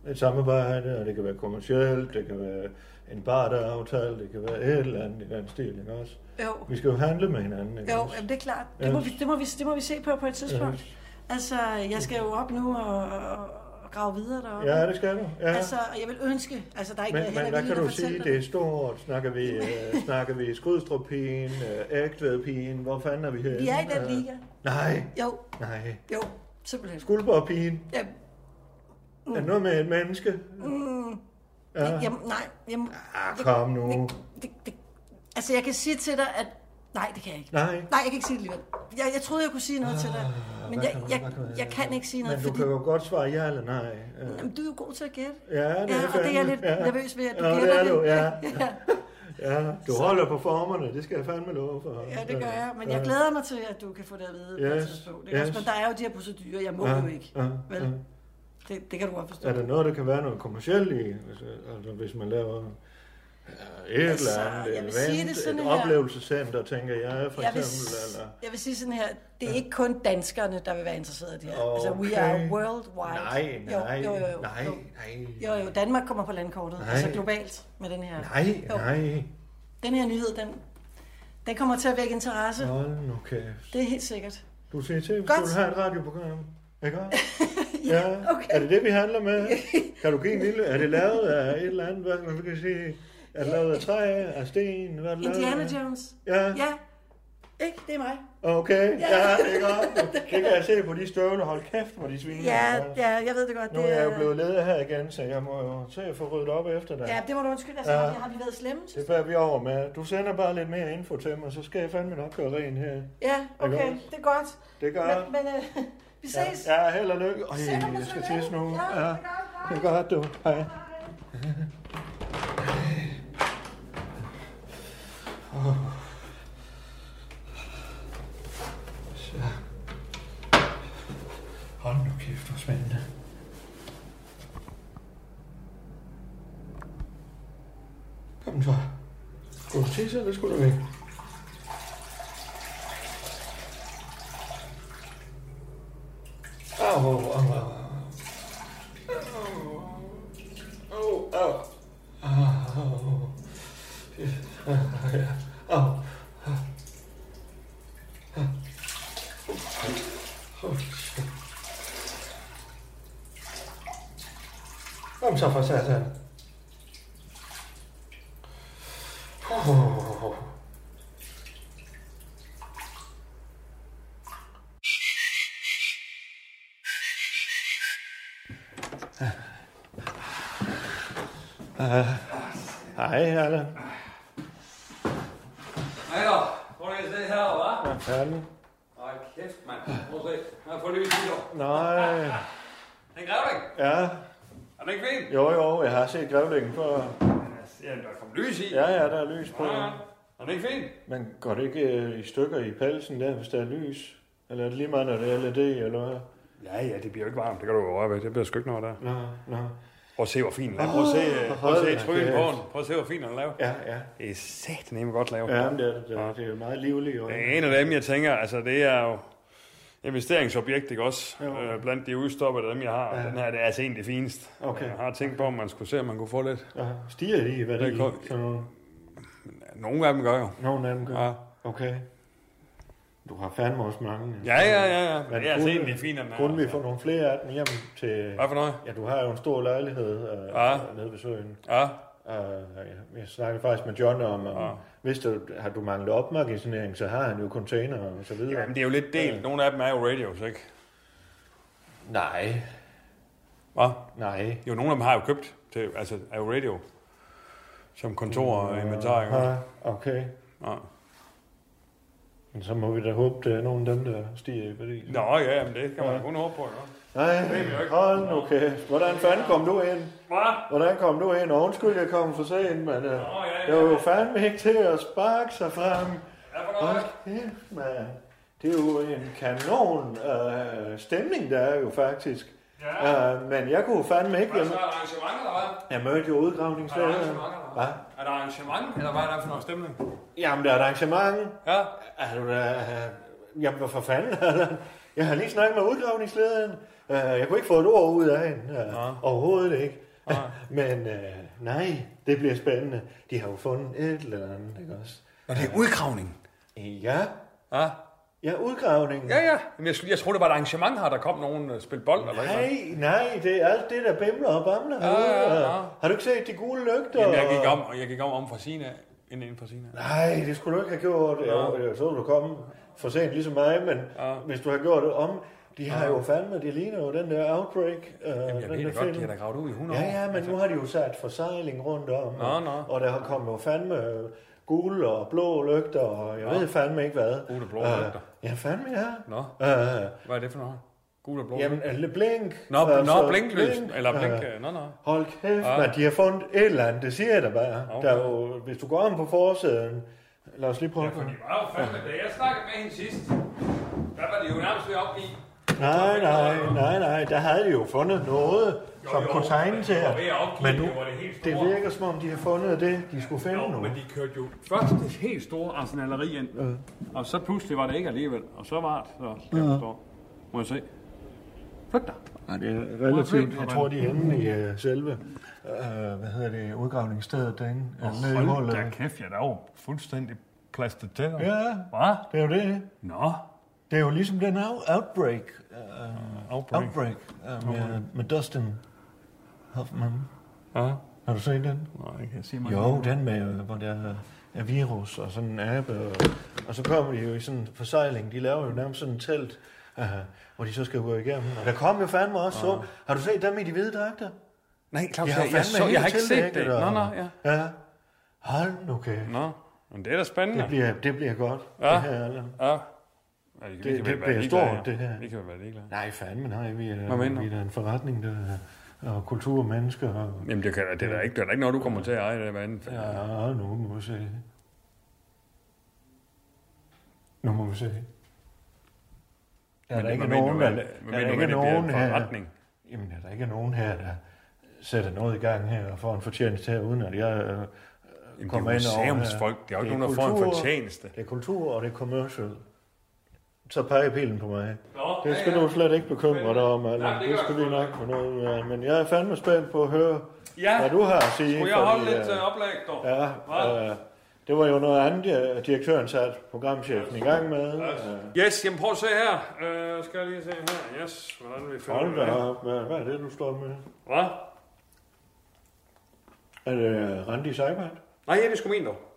Speaker 8: et samarbejde, og det kan være kommercielt, det kan være en bar, der er aftalt, det kan være et eller andet i den stil, ikke også?
Speaker 10: Jo,
Speaker 8: Vi skal jo handle med hinanden, ikke
Speaker 10: jo
Speaker 8: også?
Speaker 10: jamen, det er klart. Det må,
Speaker 8: Ja.
Speaker 10: vi, det, må vi, det må vi se på på et tidspunkt. Altså, jeg skal jo op nu og, og, og grave videre deroppe.
Speaker 8: Øh, Ja, det skal du. Ja.
Speaker 10: Altså, og jeg vil ønske, altså der er ikke
Speaker 8: men, men
Speaker 10: heller
Speaker 8: der
Speaker 10: vildt
Speaker 8: kan
Speaker 10: at
Speaker 8: du
Speaker 10: fortælle
Speaker 8: sige,
Speaker 10: dig.
Speaker 8: det er stort. Snakker vi, øh, snakker vi Skrydstrup-pigen, øh, Ægtved-pigen, hvor fanden er vi her?
Speaker 10: Vi er i den liga.
Speaker 8: Nej,
Speaker 10: Jo,
Speaker 8: nej.
Speaker 10: jo, simpelthen.
Speaker 8: Skuldborg-pigen.
Speaker 10: Ja,
Speaker 8: Er
Speaker 11: Mm.
Speaker 8: det noget med et menneske?
Speaker 10: ja. Jamen, nej, jamen,
Speaker 8: Ah, kom nu.
Speaker 10: det, det, altså jeg kan sige til dig, at nej, det kan jeg ikke.
Speaker 8: Nej.
Speaker 10: Nej, jeg kan ikke sige det alligevel. Jeg, jeg troede, jeg kunne sige noget til dig, men
Speaker 8: Ah, Hvad
Speaker 10: jeg,
Speaker 8: kan man-
Speaker 10: jeg,
Speaker 8: hvad man-
Speaker 10: jeg, kan ikke sige noget,
Speaker 8: Men du
Speaker 10: fordi
Speaker 8: kan jo godt svare ja eller nej.
Speaker 11: Mm.
Speaker 8: Øh,
Speaker 10: jamen, du er jo god til at gætte.
Speaker 8: Ja, det er
Speaker 10: ja og det er jeg
Speaker 8: fandme.
Speaker 10: lidt
Speaker 8: Ja.
Speaker 11: [LAUGHS]
Speaker 10: nervøs ved, at du
Speaker 8: Ja, det
Speaker 10: gætter
Speaker 8: er du, ja. Ja, du
Speaker 11: Så-
Speaker 8: holder på formerne, det skal jeg fandme love for.
Speaker 11: Ja, det gør jeg, men jeg glæder mig til, at du kan få det at vide på et
Speaker 8: Yes,
Speaker 11: tidspunkt. Yes.
Speaker 8: yes.
Speaker 11: Men der er jo de her procedurer, jeg må
Speaker 8: Ja,
Speaker 11: ja, jo ikke.
Speaker 8: ja,
Speaker 11: vel?
Speaker 8: ja.
Speaker 11: Det, det kan du godt forstå.
Speaker 8: Er der noget, der kan være noget kommercielt i? Hvis, altså, hvis man laver øh, et
Speaker 11: Altså,
Speaker 8: eller andet
Speaker 11: jeg vil sige
Speaker 8: event,
Speaker 11: det sådan
Speaker 8: et
Speaker 11: her.
Speaker 8: oplevelsescenter, tænker jeg, for
Speaker 11: jeg, vil,
Speaker 8: eksempel. Eller,
Speaker 11: jeg vil sige sådan her, det er ikke kun danskerne, der vil være interesseret i det her. Altså, we
Speaker 8: Okay.
Speaker 11: are worldwide.
Speaker 8: Nej, nej,
Speaker 11: jo, jo, jo, jo,
Speaker 8: nej,
Speaker 11: jo.
Speaker 8: nej.
Speaker 11: Jo, jo, Danmark kommer på landkortet,
Speaker 8: Nej.
Speaker 11: altså globalt med den her.
Speaker 8: Nej,
Speaker 11: Jo.
Speaker 8: nej.
Speaker 11: Den her nyhed, den, den kommer til at vække interesse.
Speaker 8: Hold nu kæft.
Speaker 11: Det er helt sikkert.
Speaker 8: Du siger til, hvis
Speaker 11: Godt.
Speaker 8: du vil have et radioprogram.
Speaker 11: [LAUGHS]
Speaker 8: Ikke også? ja, okay. Er det det, vi handler med? Kan du give en lille... Er det lavet af et eller andet? Hvad man kan sige? Er det lavet af træ, af sten? Hvad er det lavet
Speaker 11: Indiana
Speaker 8: af?
Speaker 11: Jones.
Speaker 8: Ja.
Speaker 11: Ja. Ikke? Det er mig.
Speaker 8: Okay,
Speaker 11: Ja.
Speaker 8: ja, ikke også? Det kan jeg se på de støvler. Hold kæft, hvor de sviner.
Speaker 11: Ja, ja, jeg ved det godt.
Speaker 8: Nu
Speaker 11: det
Speaker 8: er jeg jo
Speaker 11: er-
Speaker 8: blevet leder her igen, så jeg må jo se at få ryddet op efter dig.
Speaker 11: Ja, det må du undskylde. Altså,
Speaker 8: Ja.
Speaker 11: ja. har vi været slemme?
Speaker 8: Det bærer vi over med. Du sender bare lidt mere info til mig, så skal jeg fandme nok gøre ren her.
Speaker 11: Ja, okay.
Speaker 8: Ikke også?
Speaker 11: Det er godt.
Speaker 8: Det gør jeg.
Speaker 11: Men, men øh, vi ses.
Speaker 8: Ja, ja held og lykke. Øj,
Speaker 11: Sæt dig på
Speaker 8: jeg skal
Speaker 11: toilettet.
Speaker 8: tisse nu.
Speaker 11: Ja,
Speaker 8: Ja, det er godt, du. Hej. Åh. Så. Hold nu kæft, hvor spændende. Kom så. Skulle du tisse, eller skulle du væk? Au, au, au, au. Au, au. Au. Ja. Au. Holy shit. Kom så for satan. Oh. Uh, hej, Allan.
Speaker 12: Hej da, prøv lige at se her, hva'?
Speaker 8: Hvad fanden?
Speaker 12: Ej, kæft, mand. Prøv at se. Jeg får lys i dig.
Speaker 8: Nej.
Speaker 12: Den grævling.
Speaker 8: Ja.
Speaker 12: Er den ikke fin?
Speaker 8: Jo, jo, jeg har set grævlingen før.
Speaker 12: Ja, der kom lys i.
Speaker 8: Ja, ja, der er lys på.
Speaker 12: Ja,
Speaker 10: Ah.
Speaker 12: ja. Er den ikke fin?
Speaker 8: Men går det ikke øh, i stykker i pelsen der, hvis der er lys? Eller er det lige meget, når det er LED, eller hvad?
Speaker 6: Ja, ja, det bliver jo ikke varmt. Det kan du jo røre ved. Det bliver sgu ikke noget der.
Speaker 8: Nå, nå.
Speaker 6: Prøv at se, hvor fin den er. Prøv at se, øh,
Speaker 8: Åh,
Speaker 6: prøv at
Speaker 8: Ah, hold da
Speaker 6: se trynet på
Speaker 8: kæft.
Speaker 6: den. Prøv at se, hvor fin den er lavet.
Speaker 8: Ja, ja.
Speaker 6: Det er satnemme godt lavet.
Speaker 8: Ja, men det er det. Det er, det er jo meget livligt. Jo.
Speaker 6: Det er en af dem, jeg tænker, altså det er jo investeringsobjekt, ikke også? Øh, blandt de udstoppede dem, jeg har.
Speaker 8: Ja.
Speaker 6: Den her, det er altså en af de fineste.
Speaker 8: Okay.
Speaker 6: Jeg har tænkt på, om man skulle se, om man kunne få lidt.
Speaker 8: Ja. Stiger de i værdi?
Speaker 6: Det er
Speaker 8: Sådan nogle?
Speaker 6: Nogle af dem gør jo.
Speaker 8: Nogle af dem gør.
Speaker 6: Ja.
Speaker 8: Okay. Du har fandme også mange.
Speaker 6: Ja, ja, ja, ja.
Speaker 8: Men
Speaker 6: Det er altså
Speaker 8: kunne-
Speaker 6: en af de fine, den er,
Speaker 8: Kunne vi
Speaker 6: altså.
Speaker 8: få nogle flere af dem hjem til...
Speaker 6: Hvad for noget?
Speaker 8: Ja, du har jo en stor lejlighed øh,
Speaker 6: Ja.
Speaker 8: nede ved søen.
Speaker 6: Ja.
Speaker 8: Uh, jeg snakkede faktisk med John om, om hvis du, har du manglet opmagasinering, så har han jo container og så videre.
Speaker 6: Jamen, det er jo lidt delt. Nogle af dem er jo radios, ikke?
Speaker 8: Nej.
Speaker 6: Hvad?
Speaker 8: Nej.
Speaker 6: Jo, nogle af dem har jeg jo købt til, altså er jo radio. Som kontor og inventar, ikke?
Speaker 8: Ja, okay.
Speaker 6: Ja.
Speaker 8: Men så må vi da håbe, det er nogen af dem, der stiger i værdi.
Speaker 6: Nå, ja, men det kan man kun håbe på, ikke?
Speaker 8: Nej,
Speaker 6: Det er vi jo ikke.
Speaker 8: hold nu kæft. Hvordan fanden kom du ind?
Speaker 6: Hvad?
Speaker 8: Hvordan kom du ind? Og undskyld, jeg kom for sent, men uh, det var jo fandme ikke til at sparke sig frem. Hold kæft, mand. Det er jo en kanon øh, stemning, der er jo faktisk.
Speaker 12: Ja.
Speaker 8: Øh, men jeg kunne fandme ikke...
Speaker 12: Hvad så, er der
Speaker 8: Jeg,
Speaker 12: arrangement, eller hvad?
Speaker 8: jeg mødte jo
Speaker 12: Er der
Speaker 8: udgravningslæger.
Speaker 12: arrangement, eller
Speaker 8: Hvad?
Speaker 12: Er der arrangement, eller hvad er der for noget stemning?
Speaker 8: Jamen, der er et arrangement.
Speaker 12: Ja.
Speaker 8: Er du da... øh, Jamen, hvorfor fanden? jeg har lige snakket med udgravningslederen. Øh, Jeg kunne ikke få et ord ud af hende. øh, Overhovedet ikke. [LAUGHS] Men øh, nej, det bliver spændende. De har jo fundet et eller andet, ikke også?
Speaker 6: Og det er udgravning.
Speaker 8: Ja.
Speaker 6: Ja.
Speaker 8: Ja, udgravningen.
Speaker 6: Ja, ja. Men jeg, jeg troede, det var et arrangement her, der kom nogen og spille bold. Eller et eller andet.
Speaker 8: Nej, nej, det er alt det, der bimler og bamler
Speaker 6: Ja, ja,
Speaker 8: herude.
Speaker 6: ja.
Speaker 8: Har du ikke set de gule lygter?
Speaker 6: Jamen, jeg gik om, og jeg gik om, om fra Sina, inden inden fra Sina.
Speaker 8: Nej, det skulle du ikke have gjort. Ja. Jo, så ville du komme for sent ligesom mig, men ja. hvis du har gjort det om... De har
Speaker 6: Ja.
Speaker 8: jo fandme, det ligner jo den der Outbreak. Øh, Jamen,
Speaker 6: jeg ved da godt, de har da gravet ud i 100
Speaker 8: Ja,
Speaker 6: år.
Speaker 8: ja, men nu har de jo sat forsejling rundt om,
Speaker 6: altså. Nå,
Speaker 8: og,
Speaker 6: nå.
Speaker 8: og der har kommet jo fandme øh, gule og blå lygter, og jeg
Speaker 6: Nå.
Speaker 8: ved fandme ikke hvad.
Speaker 6: Gule og blå
Speaker 8: Øh,
Speaker 6: lygter.
Speaker 8: Ja, fandme ja.
Speaker 6: Nå.
Speaker 8: Øh,
Speaker 6: Hvad er det for noget? Gul og blå.
Speaker 8: Jamen, altså, alle blink. Øh,
Speaker 6: Nå, nå, blinklys. Eller blink, øh, nå, nå.
Speaker 8: Hold kæft,
Speaker 6: Ja.
Speaker 8: ja. man, de har fundet et eller andet, det siger jeg da bare.
Speaker 6: Okay.
Speaker 8: Okay. Der er jo, hvis du går om på forsiden, lad os lige prøve.
Speaker 6: Ja, for de var jo fandme, da jeg snakkede med hende sidst, der var det jo nærmest ved at opgive.
Speaker 8: Nej, nej, nej, nej, der havde de jo fundet noget, jo, som
Speaker 6: jo,
Speaker 8: jo, kunne tegne til,
Speaker 6: det var
Speaker 8: at,
Speaker 6: ved at opgive,
Speaker 8: men nu,
Speaker 6: det var det helt
Speaker 8: det
Speaker 6: store.
Speaker 8: virker som om, de har fundet det, de skulle finde nu.
Speaker 6: Men de kørte jo først det helt store arsenaleri ind, og så pludselig var det ikke alligevel, og så var det, så skal jeg
Speaker 8: Ja.
Speaker 6: forstå. Må jeg se? Flyt dig.
Speaker 8: Nej, det er
Speaker 6: relativt-
Speaker 8: relativt. Jeg tror, de er inde i uh, selve uh, hvad hedder det, udgravningsstedet derinde.
Speaker 6: Og
Speaker 8: øh, nede i
Speaker 6: hold
Speaker 8: hullet.
Speaker 6: da kæft, jeg er da jo fuldstændig plastet til.
Speaker 8: Ja,
Speaker 6: Hvad?
Speaker 8: det er jo det.
Speaker 6: Nå.
Speaker 8: Det er jo ligesom den out- outbreak, uh,
Speaker 6: Outbreak.
Speaker 8: outbreak. outbreak uh, med, med Dustin Hoffman.
Speaker 6: Ja.
Speaker 8: Har du set den?
Speaker 6: Nej, jeg kan se mig.
Speaker 8: Jo, den med, øh, hvor der er- er virus og sådan en abe. Og, og så kommer de jo i sådan en forsejling. De laver jo nærmest sådan en telt, uh, hvor de så skal gå igennem. Og der kom jo fandme også så. Har du set dem i de hvide dragter?
Speaker 6: Nej, Claus,
Speaker 8: De har
Speaker 6: Altså, jeg, jeg,
Speaker 8: fandme
Speaker 6: så, jeg har
Speaker 8: hele
Speaker 6: ikke set det.
Speaker 8: teltdækket,
Speaker 6: Nå,
Speaker 8: og-
Speaker 6: nå, ja.
Speaker 8: Ja. Hold nu kæft.
Speaker 6: Nå, men det er da spændende.
Speaker 8: Det bliver, det bliver godt.
Speaker 6: Ja.
Speaker 8: Det her, eller?
Speaker 6: Ja. ja. vi kan- vi
Speaker 8: Det-
Speaker 6: kan
Speaker 8: det
Speaker 6: vel være
Speaker 8: bliver
Speaker 6: ligeglade
Speaker 8: stort, det her.
Speaker 6: Vi kan vel være ligeglade.
Speaker 8: Nej, fandme nej. Vi
Speaker 6: Hvad mener
Speaker 8: er,
Speaker 6: du?
Speaker 8: vi er da en forretning, der er- og kultur og mennesker. Og,
Speaker 6: Jamen, det, kan, det er da ikke, det er da ikke noget, du kommer til at eje. Det er hvad andet.
Speaker 8: ja, nu må vi se. Nu må vi se. Der er
Speaker 6: Men
Speaker 8: der
Speaker 6: det- hvad
Speaker 8: ikke
Speaker 6: mener
Speaker 8: nogen,
Speaker 6: du,
Speaker 8: der,
Speaker 6: hvad-
Speaker 8: der,
Speaker 6: hvad mener
Speaker 8: er
Speaker 6: du,
Speaker 8: ikke
Speaker 6: hvad det bliver
Speaker 8: nogen
Speaker 6: for en
Speaker 8: her.
Speaker 6: retning?
Speaker 8: Jamen, der er der ikke nogen her, der sætter noget i gang her og får en fortjeneste her, uden at jeg øh,
Speaker 6: jo
Speaker 8: kommer ind over her.
Speaker 6: museumsfolk. Det er jo ikke nogen, der får en
Speaker 8: kultur,
Speaker 6: fortjeneste.
Speaker 8: Det er kultur, og det er commercial. Så peger pilen på mig.
Speaker 6: Nå,
Speaker 8: det skal
Speaker 6: ja, ja.
Speaker 8: du slet ikke bekymre dig om,
Speaker 6: Nej,
Speaker 8: Allan.
Speaker 6: det
Speaker 8: Det
Speaker 6: gør
Speaker 8: skal vi nok få noget ud af. Men jeg er fandme spændt på at høre,
Speaker 6: Ja.
Speaker 8: hvad du har at sige.
Speaker 6: Skulle jeg holde lidt
Speaker 8: øh,
Speaker 6: øh, oplæg, dog?
Speaker 8: Ja, øh, det var jo noget andet, øh, direktøren satte programchefen i gang med. Øh,
Speaker 6: Yes, jamen prøv at se her. Øh, skal jeg lige se her. Yes, hvordan vi finder
Speaker 8: Hold
Speaker 6: det.
Speaker 8: da op, hvad hvad er det, du står med?
Speaker 6: Hvad?
Speaker 8: Er det øh, Randi Seibert?
Speaker 6: Nej, det er sgu min dog.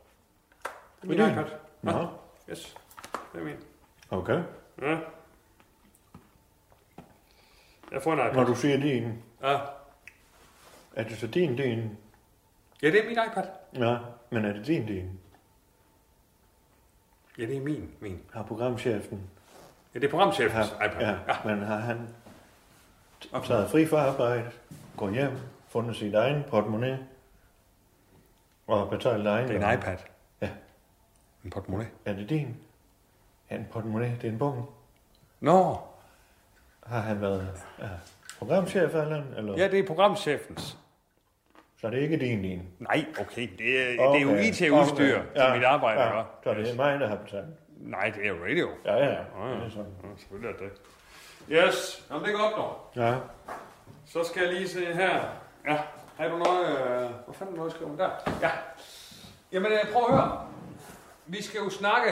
Speaker 6: Det er min
Speaker 8: Det er
Speaker 6: iPad.
Speaker 8: Nå.
Speaker 6: Nå. Yes, det er min.
Speaker 8: Okay.
Speaker 6: Ja. Jeg får en iPad.
Speaker 8: Når du siger din,
Speaker 6: Ja.
Speaker 8: er det så din din?
Speaker 6: ja, det er min iPad.
Speaker 8: Ja, men er det din din?
Speaker 6: Ja, det er min. min.
Speaker 8: Har programchefen?
Speaker 6: Ja, det er programchefens
Speaker 8: Har,
Speaker 6: iPad.
Speaker 8: ja, men har han taget fri fra arbejde, gået hjem, fundet sit egen portemonnaie og betalt egen?
Speaker 6: Det er en iPad.
Speaker 8: Ja.
Speaker 6: En portemonnaie.
Speaker 8: Er det din? Ja, en portemonnaie, det er en bog.
Speaker 6: Nå.
Speaker 8: Har han været ja, programchef eller, eller?
Speaker 6: Ja, det er programchefens.
Speaker 8: Så det er ikke din din?
Speaker 6: Nej, okay. Det er, okay. det er jo
Speaker 8: Okay,
Speaker 6: IT-udstyr
Speaker 8: okay.
Speaker 6: okay. ja. til mit arbejde,
Speaker 8: ja.
Speaker 6: ja.
Speaker 8: Så det er mig, der har betalt.
Speaker 6: Nej, det er jo radio.
Speaker 8: Ja, ja. ja.
Speaker 6: ja.
Speaker 8: Det er sådan.
Speaker 6: Ja, selvfølgelig er det. Yes, jamen det er godt dog.
Speaker 8: ja.
Speaker 6: Så skal jeg lige se her. Ja, har du noget... Øh, hvor fanden er noget skrevet der? Ja. Jamen øh, prøv at høre. Vi skal jo snakke...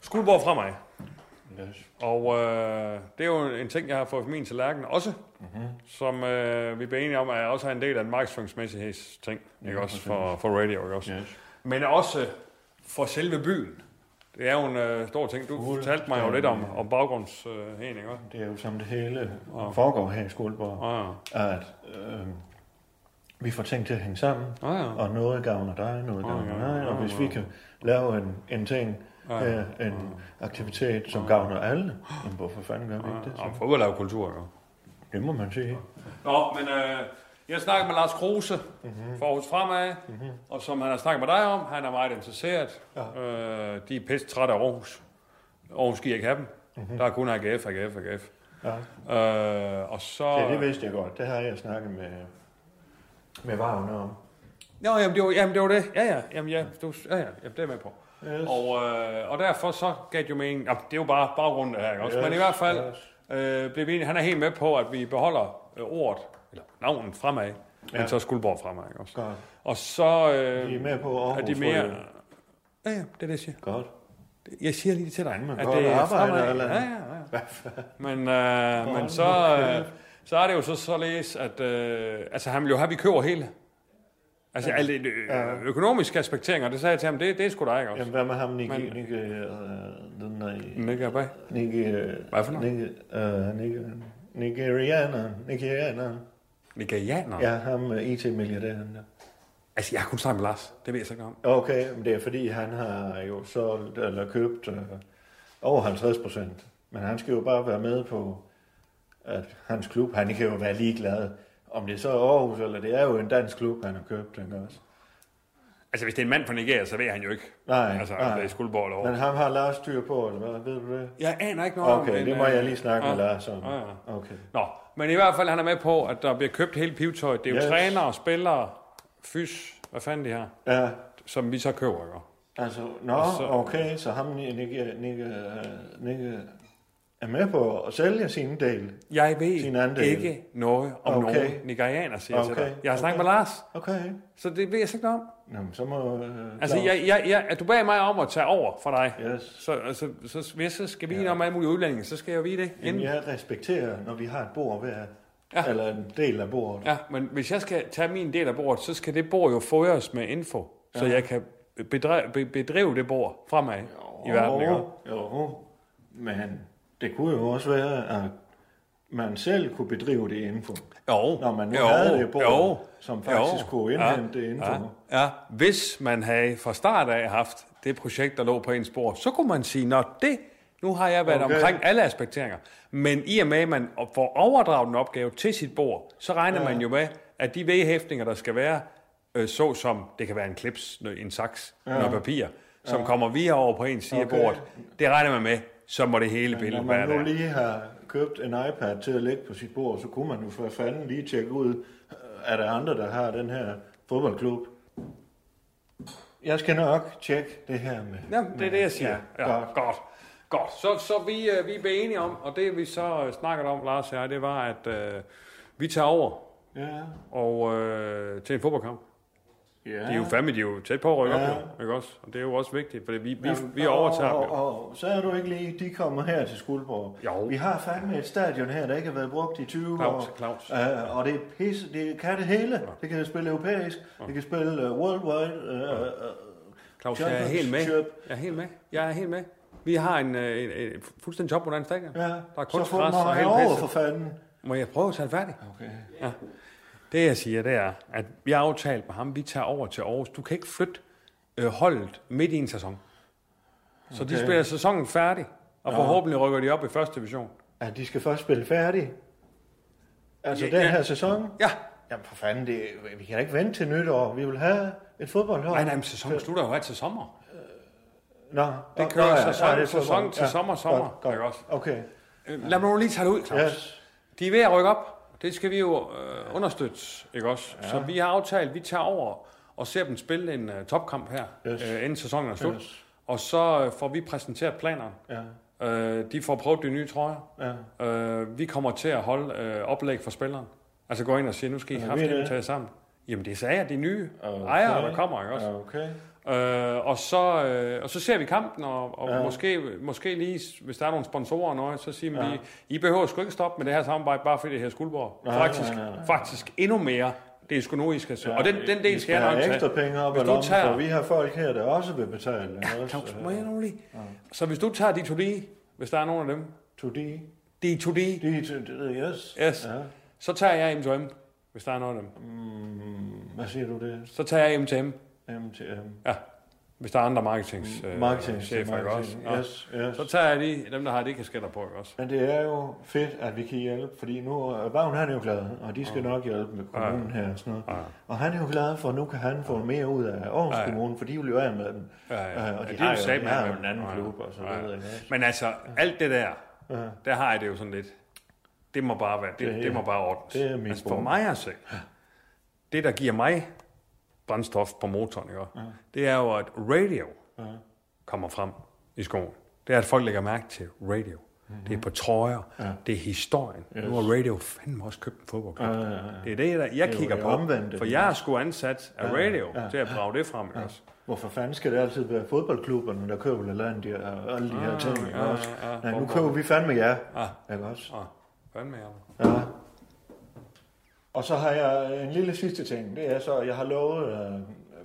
Speaker 6: Skuldborg fra mig.
Speaker 8: Yes.
Speaker 6: Og øh, det er jo en ting, jeg har fået fra min tallerken også, mm-hmm. som øh, vi blev enige om, at også er en del af en markedsføringsmæssighedsting, ikke også, for, for radio, ikke også?
Speaker 8: Yes.
Speaker 6: Men også for selve byen. Det er jo en øh, stor ting. Du fortalte mig jo lidt om, om baggrundshen, øh, ikke også?
Speaker 8: Det er jo som det hele foregår her i Skuldborg,
Speaker 6: Ja,
Speaker 8: at øh, vi får ting til at hænge sammen,
Speaker 6: Ja, ja.
Speaker 8: og noget gavner dig, noget gavner
Speaker 6: ja,
Speaker 8: mig, og
Speaker 6: ja,
Speaker 8: hvis
Speaker 6: ja.
Speaker 8: vi kan lave en, en ting,
Speaker 6: Ja,
Speaker 8: her, en aktivitet, som gavner alle, jamen, hvorfor fanden gør vi ikke det?
Speaker 6: ja. Og
Speaker 8: Så?
Speaker 6: fodbold er jo kultur, ikke også?
Speaker 8: Det må man sige.
Speaker 6: Nå, men øh, jeg snakkede med Lars Kruse mm-hmm. fra Aarhus Fremad, mm-hmm. og som han har snakket med dig om, han er meget interesseret. Ja. Øh, de er pisse trætte af Aarhus. Aarhus giver ikke have dem. Mm-hmm. Der er kun AGF, AGF, AGF.
Speaker 8: Ja.
Speaker 6: Øh, og så...
Speaker 8: Ja, det vidste jeg godt. Det har jeg snakket med, med Vagner om.
Speaker 6: Nå, jamen det, var, jamen, det var det. Ja, ja, jamen, ja, du, ja, ja jamen, det er jeg med på.
Speaker 8: Yes.
Speaker 6: Og, øh, og derfor så gav det jo mening... Jamen, det er jo bare baggrunden her, ikke også? Yes, Men i hvert fald,
Speaker 8: yes.
Speaker 6: øh, blev vi enige, han er helt med på, at vi beholder øh, ordet, eller navnet fremad, ja. men
Speaker 8: Ja.
Speaker 6: så Skuldborg fremad, ikke også?
Speaker 8: Godt.
Speaker 6: Og så... Øh,
Speaker 8: De er med på Aarhus.
Speaker 6: Er de mere...
Speaker 8: Røde.
Speaker 6: Ja, ja, det er det, jeg siger.
Speaker 8: Godt.
Speaker 6: Jeg siger lige det til dig. Man
Speaker 8: godt arbejde, eller?
Speaker 6: Ja, ja, ja. Men, øh, men så, øh, så er det jo så således, at øh, altså, han vil jo have, at vi køber hele. Altså, ja. alle øh, økonomiske aspekteringer, det sagde jeg til ham, det, det er sgu dig, ikke også?
Speaker 8: Jamen, hvad med ham, Nicky?
Speaker 6: Men-
Speaker 8: Men... Nicky, øh, den der... øh,
Speaker 6: Men ikke er bag.
Speaker 8: Nicky,
Speaker 6: Hvad for noget?
Speaker 8: øh, noget? Nigerianeren. Nigerianeren.
Speaker 6: Nigerianer? Ja.
Speaker 8: Ja, ham øh, IT-milliardæren. der.
Speaker 6: Altså, jeg har kun snakket med Lars. Det ved jeg så ikke om.
Speaker 8: Okay, men det er fordi, han har jo solgt eller købt øh, over 50 procent Men han skal jo bare være med på, at hans klub, han kan jo være ligeglad, om det er så er Aarhus, eller det er jo en dansk klub, han har købt, ikke også?
Speaker 6: Altså, hvis det er en mand fra Nigeria, så ved han jo ikke.
Speaker 8: Nej,
Speaker 6: altså,
Speaker 8: nej.
Speaker 6: om det er skuldborg eller
Speaker 8: Men ham har Lars styr på, eller hvad? Ved du det?
Speaker 6: Jeg aner ikke noget om
Speaker 8: Okay,
Speaker 6: den,
Speaker 8: det må
Speaker 6: øh,
Speaker 8: jeg lige snakke med
Speaker 6: ja.
Speaker 8: Lars om.
Speaker 6: Ja, ja.
Speaker 8: Okay.
Speaker 6: Nå, men i hvert fald, han er med på, at der bliver købt hele pivetøjet. Det er jo
Speaker 8: Yes.
Speaker 6: yes. trænere, spillere, fys, hvad fanden de her,
Speaker 8: Ja.
Speaker 6: som vi så køber, ikke?
Speaker 8: Altså, nå,
Speaker 6: Og så-
Speaker 8: okay, så ham Nikke, Nikke, øh, Nikke er med på at sælge sin del.
Speaker 6: Jeg ved
Speaker 8: sin andel.
Speaker 6: ikke noget om okay. nogen nigerianer, siger okay. til dig. Jeg har snakket med Lars.
Speaker 8: Okay.
Speaker 6: Så det ved jeg så ikke noget om.
Speaker 8: Nå, men så må... Øh,
Speaker 6: Altså,
Speaker 8: Claus-
Speaker 6: jeg, jeg, jeg, er du bag mig om at tage over for dig?
Speaker 8: Yes.
Speaker 6: Så, altså, så, så, hvis jeg skal vide noget om alle mulige udlændinge, så skal jeg jo vide det.
Speaker 8: Jamen,
Speaker 6: inden.
Speaker 8: jeg respekterer, når vi har et bord hver, ja. eller en del af bordet.
Speaker 6: Ja, men hvis jeg skal tage min del af bordet, så skal det bord jo fodres med info, ja. så
Speaker 8: Ja.
Speaker 6: jeg kan bedrive, be, bedrive det bord fremad jo. i verden. Ikke?
Speaker 8: Jo, jo, men det kunne jo også være, at man selv kunne bedrive det info.
Speaker 6: Jo.
Speaker 8: Når man nu
Speaker 6: jo.
Speaker 8: havde det bord,
Speaker 6: jo.
Speaker 8: som faktisk
Speaker 6: jo.
Speaker 8: kunne indhente det info.
Speaker 6: Ja. ja, hvis man havde fra start af haft det projekt, der lå på ens bord, så kunne man sige, nå det, nu har jeg været
Speaker 13: Okay.
Speaker 6: okay. omkring alle aspekteringer. Men i og med, at man op- får overdraget en opgave til sit bord, så regner
Speaker 13: Ja.
Speaker 6: ja. man jo med, at de vedhæftninger, der skal være, øh, såsom, det kan være en klips, nø- en saks,
Speaker 13: Ja.
Speaker 6: ja. noget papir, som
Speaker 8: Ja.
Speaker 6: ja. kommer via over på ens side af
Speaker 8: Okay.
Speaker 6: bordet, det regner man med, så må det hele
Speaker 8: Men når
Speaker 6: billede være
Speaker 8: man nu
Speaker 6: der.
Speaker 8: lige har købt en iPad til at lægge på sit bord, så kunne man jo for fanden lige tjekke ud, øh, er der andre, der har den her fodboldklub? Jeg skal nok tjekke det her med...
Speaker 6: Jamen, det er det, jeg siger.
Speaker 8: Ja,
Speaker 6: Ja,
Speaker 8: godt.
Speaker 6: godt. Godt. Så, så vi, øh, vi blev enige om, og det vi så øh, snakkede om, Lars og jeg, det var, at øh, vi tager over
Speaker 8: Ja.
Speaker 6: og, øh, til en fodboldkamp.
Speaker 8: Ja.
Speaker 6: De er jo fandme, de er jo tæt på at rykke
Speaker 8: Ja.
Speaker 6: ja. op, jo, ikke også? Og det er jo også vigtigt, fordi vi, vi,
Speaker 8: Jamen,
Speaker 6: vi overtager
Speaker 8: og,
Speaker 6: dem jo.
Speaker 8: og, og, så er du ikke lige, de kommer her til Skuldborg. Jo. Vi har fandme et stadion her, der ikke har været brugt i 20
Speaker 6: Claus,
Speaker 8: år.
Speaker 6: Claus.
Speaker 8: Uh, og det er pisse, det kan det hele. Det kan spille europæisk, det kan spille uh, worldwide. Uh, uh,
Speaker 6: Claus, jeg er helt med. Jeg er helt med. Jeg er helt med. Vi har en, øh, en, en fuldstændig topmoderne stadion. Ja. Der er
Speaker 8: Så få
Speaker 6: kunstgræs
Speaker 8: mig
Speaker 6: og hele
Speaker 8: over
Speaker 6: pisset.
Speaker 8: for fanden.
Speaker 6: Må jeg prøve at tage det færdigt?
Speaker 8: Okay.
Speaker 6: Ja. Det jeg siger, det er, at vi har aftalt med ham, vi tager over til Aarhus. Du kan ikke flytte øh, holdet midt i en sæson. Så okay. de
Speaker 8: Okay.
Speaker 6: spiller sæsonen færdig, og
Speaker 8: Nå.
Speaker 6: forhåbentlig rykker de op i første division.
Speaker 8: Ja, de skal først spille færdig. Altså
Speaker 6: Ja,
Speaker 8: den
Speaker 6: ja.
Speaker 8: her sæson?
Speaker 6: Ja.
Speaker 8: Jamen for fanden, det, vi kan da ikke vente til nytår. Vi vil have et fodboldhold.
Speaker 6: Nej, nej, men sæsonen slutter jo altid sommer.
Speaker 8: Nå,
Speaker 6: Det
Speaker 8: nå,
Speaker 6: kører
Speaker 8: nå,
Speaker 6: sæson-
Speaker 8: nå, det er
Speaker 6: sæson
Speaker 8: fodbold.
Speaker 6: til sommer, sommer,
Speaker 8: Godt, godt.
Speaker 6: ikke også?
Speaker 8: Okay.
Speaker 6: Øh, Lad mig nu lige tage det ud, Claus.
Speaker 8: Yes.
Speaker 6: De er ved at rykke op. Det skal vi jo øh, understøtte, ikke også? Ja. Så vi har aftalt, at vi tager over og ser dem spille en øh, topkamp her,
Speaker 8: Yes.
Speaker 6: yes. øh, inden sæsonen er slut.
Speaker 8: Yes.
Speaker 6: Yes. Og så øh, får vi præsenteret planerne.
Speaker 8: Ja.
Speaker 6: Øh, de får prøvet de nye trøjer.
Speaker 8: Ja.
Speaker 6: Øh, vi kommer til at holde øh, oplæg for spilleren. Altså gå ind og sige, nu skal I
Speaker 8: Ja,
Speaker 6: kraftigt
Speaker 8: ved det.
Speaker 6: tage jer sammen. Jamen det sagde jeg, de nye okay. ejere, der kommer, ikke også?
Speaker 8: Okay.
Speaker 6: Øh, og, så, øh, og så ser vi kampen, og, og
Speaker 8: Ja.
Speaker 6: ja. måske, måske lige, hvis der er nogle sponsorer og noget, så siger man
Speaker 8: Ja.
Speaker 6: ja. lige, I behøver sgu ikke stoppe med det her samarbejde, bare fordi det her Skuldborg.
Speaker 8: Nej,
Speaker 6: faktisk,
Speaker 8: nej, nej, nej.
Speaker 6: faktisk endnu mere, det er sgu nu, I skal ja, Og den, den
Speaker 8: vi
Speaker 6: del skal jeg nok
Speaker 8: have
Speaker 6: tage.
Speaker 8: ekstra penge op
Speaker 6: hvis
Speaker 8: ad
Speaker 6: du
Speaker 8: lommen, for
Speaker 6: tager,
Speaker 8: vi har folk her, der også Øh, vil betale. Ja,
Speaker 6: Claus, må jeg nu lige? Så hvis du tager de to d hvis der er nogen af dem.
Speaker 8: To d
Speaker 6: De to d
Speaker 8: Yes.
Speaker 6: Yes.
Speaker 8: Ja.
Speaker 6: Så tager jeg M2M, hvis der er nogen af dem.
Speaker 8: Hvad siger du det?
Speaker 6: Så tager jeg M2M.
Speaker 8: MTM.
Speaker 6: Ja. Hvis der er andre marketingschefer, øh,
Speaker 8: Marketing-
Speaker 6: chefer, ikke også?
Speaker 8: marketing,
Speaker 6: Ja.
Speaker 8: yes, yes.
Speaker 6: Så tager jeg de, dem, der har de kasketter på, ikke også?
Speaker 8: Men det er jo fedt, at vi kan hjælpe, fordi nu er Vagn han er jo glad, og de skal
Speaker 6: Ja.
Speaker 8: nok hjælpe med kommunen
Speaker 6: Ja.
Speaker 8: her og sådan noget. Og han er jo glad for, at nu kan han få mere ud af Aarhus
Speaker 6: Ja.
Speaker 8: Kommune, for de vil jo af med dem. Øh, Og de
Speaker 6: det
Speaker 8: har
Speaker 6: er jo,
Speaker 8: jo, de
Speaker 6: satme
Speaker 8: har
Speaker 6: med
Speaker 8: jo en anden
Speaker 6: Ja,
Speaker 8: klub og så
Speaker 6: ja.
Speaker 8: videre. ikke også?
Speaker 6: Men altså, alt det der,
Speaker 8: Ja.
Speaker 6: der har jeg det jo sådan lidt, det må bare være, det,
Speaker 8: Det er-
Speaker 6: det, må bare ordnes.
Speaker 8: det er min
Speaker 6: altså, for
Speaker 8: bog.
Speaker 6: mig at se, det der giver mig brændstof på motoren, ikke?
Speaker 8: Ja.
Speaker 6: det er jo, at radio
Speaker 8: Ja.
Speaker 6: kommer frem i skoven. Det er, at folk lægger mærke til radio. Mm-hmm. Det er på trøjer,
Speaker 8: Mhm. Ja.
Speaker 6: ja. det er historien. Yes. Nu har radio fandme også købt en fodboldklub.
Speaker 8: Ja, ja, ja.
Speaker 6: Det er det, der,
Speaker 8: Det er
Speaker 6: jeg
Speaker 8: jo
Speaker 6: kigger
Speaker 8: det
Speaker 6: på,
Speaker 8: omvendte,
Speaker 6: for
Speaker 8: det
Speaker 6: jeg
Speaker 8: er.
Speaker 6: er sgu ansat af
Speaker 8: Ja,
Speaker 6: radio
Speaker 8: ja,
Speaker 6: til at brage det frem. Ja. Også.
Speaker 8: Hvorfor fanden skal det altid være fodboldklubberne, der køber Lalandia og alle de her
Speaker 6: Ah,
Speaker 8: ting? ikke
Speaker 6: ja,
Speaker 8: også?
Speaker 6: ja, ja.
Speaker 8: Nej, nu
Speaker 6: Hvorfor?
Speaker 8: køber vi fandme jer.
Speaker 6: Ah.
Speaker 8: Ikke også?
Speaker 6: Ah. Fandme, ja.
Speaker 8: Ja. Og så har jeg øh, en lille sidste ting. Det er så, at jeg har lovet øh,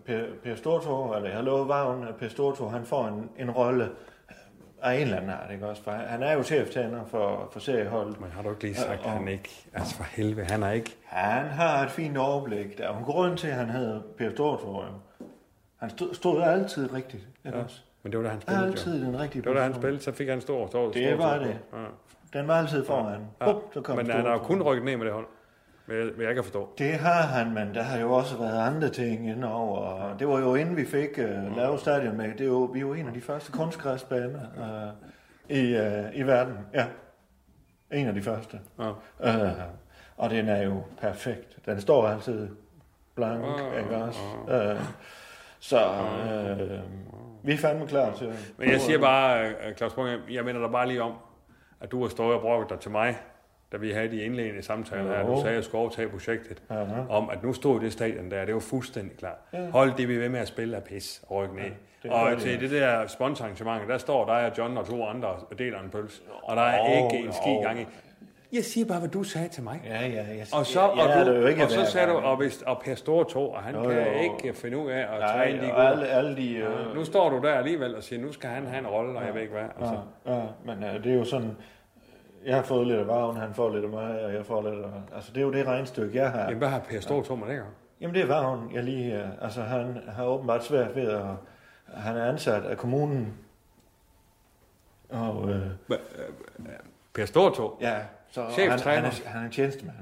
Speaker 8: per, per Stortog, eller jeg har lovet Vagn, at Per Stortog, han får en, en rolle af en eller anden art, ikke også? For han han er jo cheftræner for, for serieholdet.
Speaker 6: Men har du ikke lige sagt, at han ikke... Altså for helvede, han er ikke...
Speaker 8: Han har et fint overblik. Der øh. er jo en grund til, at han hedder Per Stortog. jo. Han stod, stod altid rigtigt, ikke
Speaker 6: Ja.
Speaker 8: også?
Speaker 6: Men det var da han spillede, jo.
Speaker 8: Altid den rigtige
Speaker 6: Det var da han
Speaker 8: position.
Speaker 6: spillede, så fik han stor stor
Speaker 8: Det
Speaker 6: stor
Speaker 8: var
Speaker 6: stor-
Speaker 8: det.
Speaker 6: Ja.
Speaker 8: Den var altid foran.
Speaker 6: Ja.
Speaker 8: Bup, så kom
Speaker 6: men
Speaker 8: den
Speaker 6: han
Speaker 8: store
Speaker 6: har jo kun
Speaker 8: foran.
Speaker 6: rykket ned med det hold. Men jeg, men jeg kan forstå.
Speaker 8: Det har han, men der har jo også været andre ting indover. Og det var jo inden vi fik
Speaker 6: Mm.
Speaker 8: uh, lavet stadion med. Det er jo, vi er jo en af de første kunstgræsbaner uh, i, uh, i verden. Ja, en af de første.
Speaker 10: Ja.
Speaker 8: Uh, og den er jo perfekt. Den står altid blank
Speaker 6: Ja,
Speaker 8: af græs.
Speaker 6: ja.
Speaker 8: Uh, så uh, vi er fandme klar til
Speaker 6: Ah, Men jeg siger bare, øh, Claus Bunge, jeg minder dig bare lige om, at du har stået og brokket dig til mig, da vi havde de indledende samtaler her. Du
Speaker 8: Jo.
Speaker 6: sagde, at jeg skulle overtage projektet.
Speaker 8: Aha.
Speaker 6: Om at nu stod det stadion der, det var fuldstændig klart.
Speaker 8: Ja.
Speaker 6: Hold det, vi er ved med at spille af pis og rykke ned.
Speaker 8: det gør
Speaker 6: og
Speaker 8: det.
Speaker 6: til det der sponsorarrangement, der står dig og John og to andre og deler en pølse. Og der er
Speaker 8: Nå,
Speaker 6: ikke en ski
Speaker 8: nå.
Speaker 6: gang i. Jeg siger bare, hvad du sagde til mig.
Speaker 8: Ja, ja, jeg,
Speaker 6: Og så,
Speaker 8: jeg,
Speaker 6: og,
Speaker 8: jeg er
Speaker 6: du,
Speaker 8: der jo ikke
Speaker 6: og så
Speaker 8: hver
Speaker 6: sagde du,
Speaker 8: gang.
Speaker 6: og, hvis, og Per Stortog, og han
Speaker 8: Jo,
Speaker 6: jo, kan
Speaker 8: jo.
Speaker 6: ikke finde ud af at
Speaker 8: Nej,
Speaker 6: træne de
Speaker 8: og
Speaker 6: gode.
Speaker 8: alle- alle de,
Speaker 6: ja,
Speaker 8: øh,
Speaker 6: nu står du der alligevel og siger, nu skal han have en rolle, og jeg ved ikke hvad. Altså.
Speaker 8: Altså. Ja, ja, men øh, det er jo sådan, jeg har fået lidt af varven, han får lidt af mig, og jeg får lidt af... Altså, det er jo det regnestykke, jeg har.
Speaker 6: Jamen, hvad har Per Stortog med det at gøre?
Speaker 8: Jamen, det er varven, jeg lige... øh, Altså, han har åbenbart svært ved at... Han er ansat af kommunen. Og... Øh,
Speaker 6: Per Stortog?
Speaker 8: Ja, så han,
Speaker 6: Cheftræner.
Speaker 8: han, er, han er tjenestemand.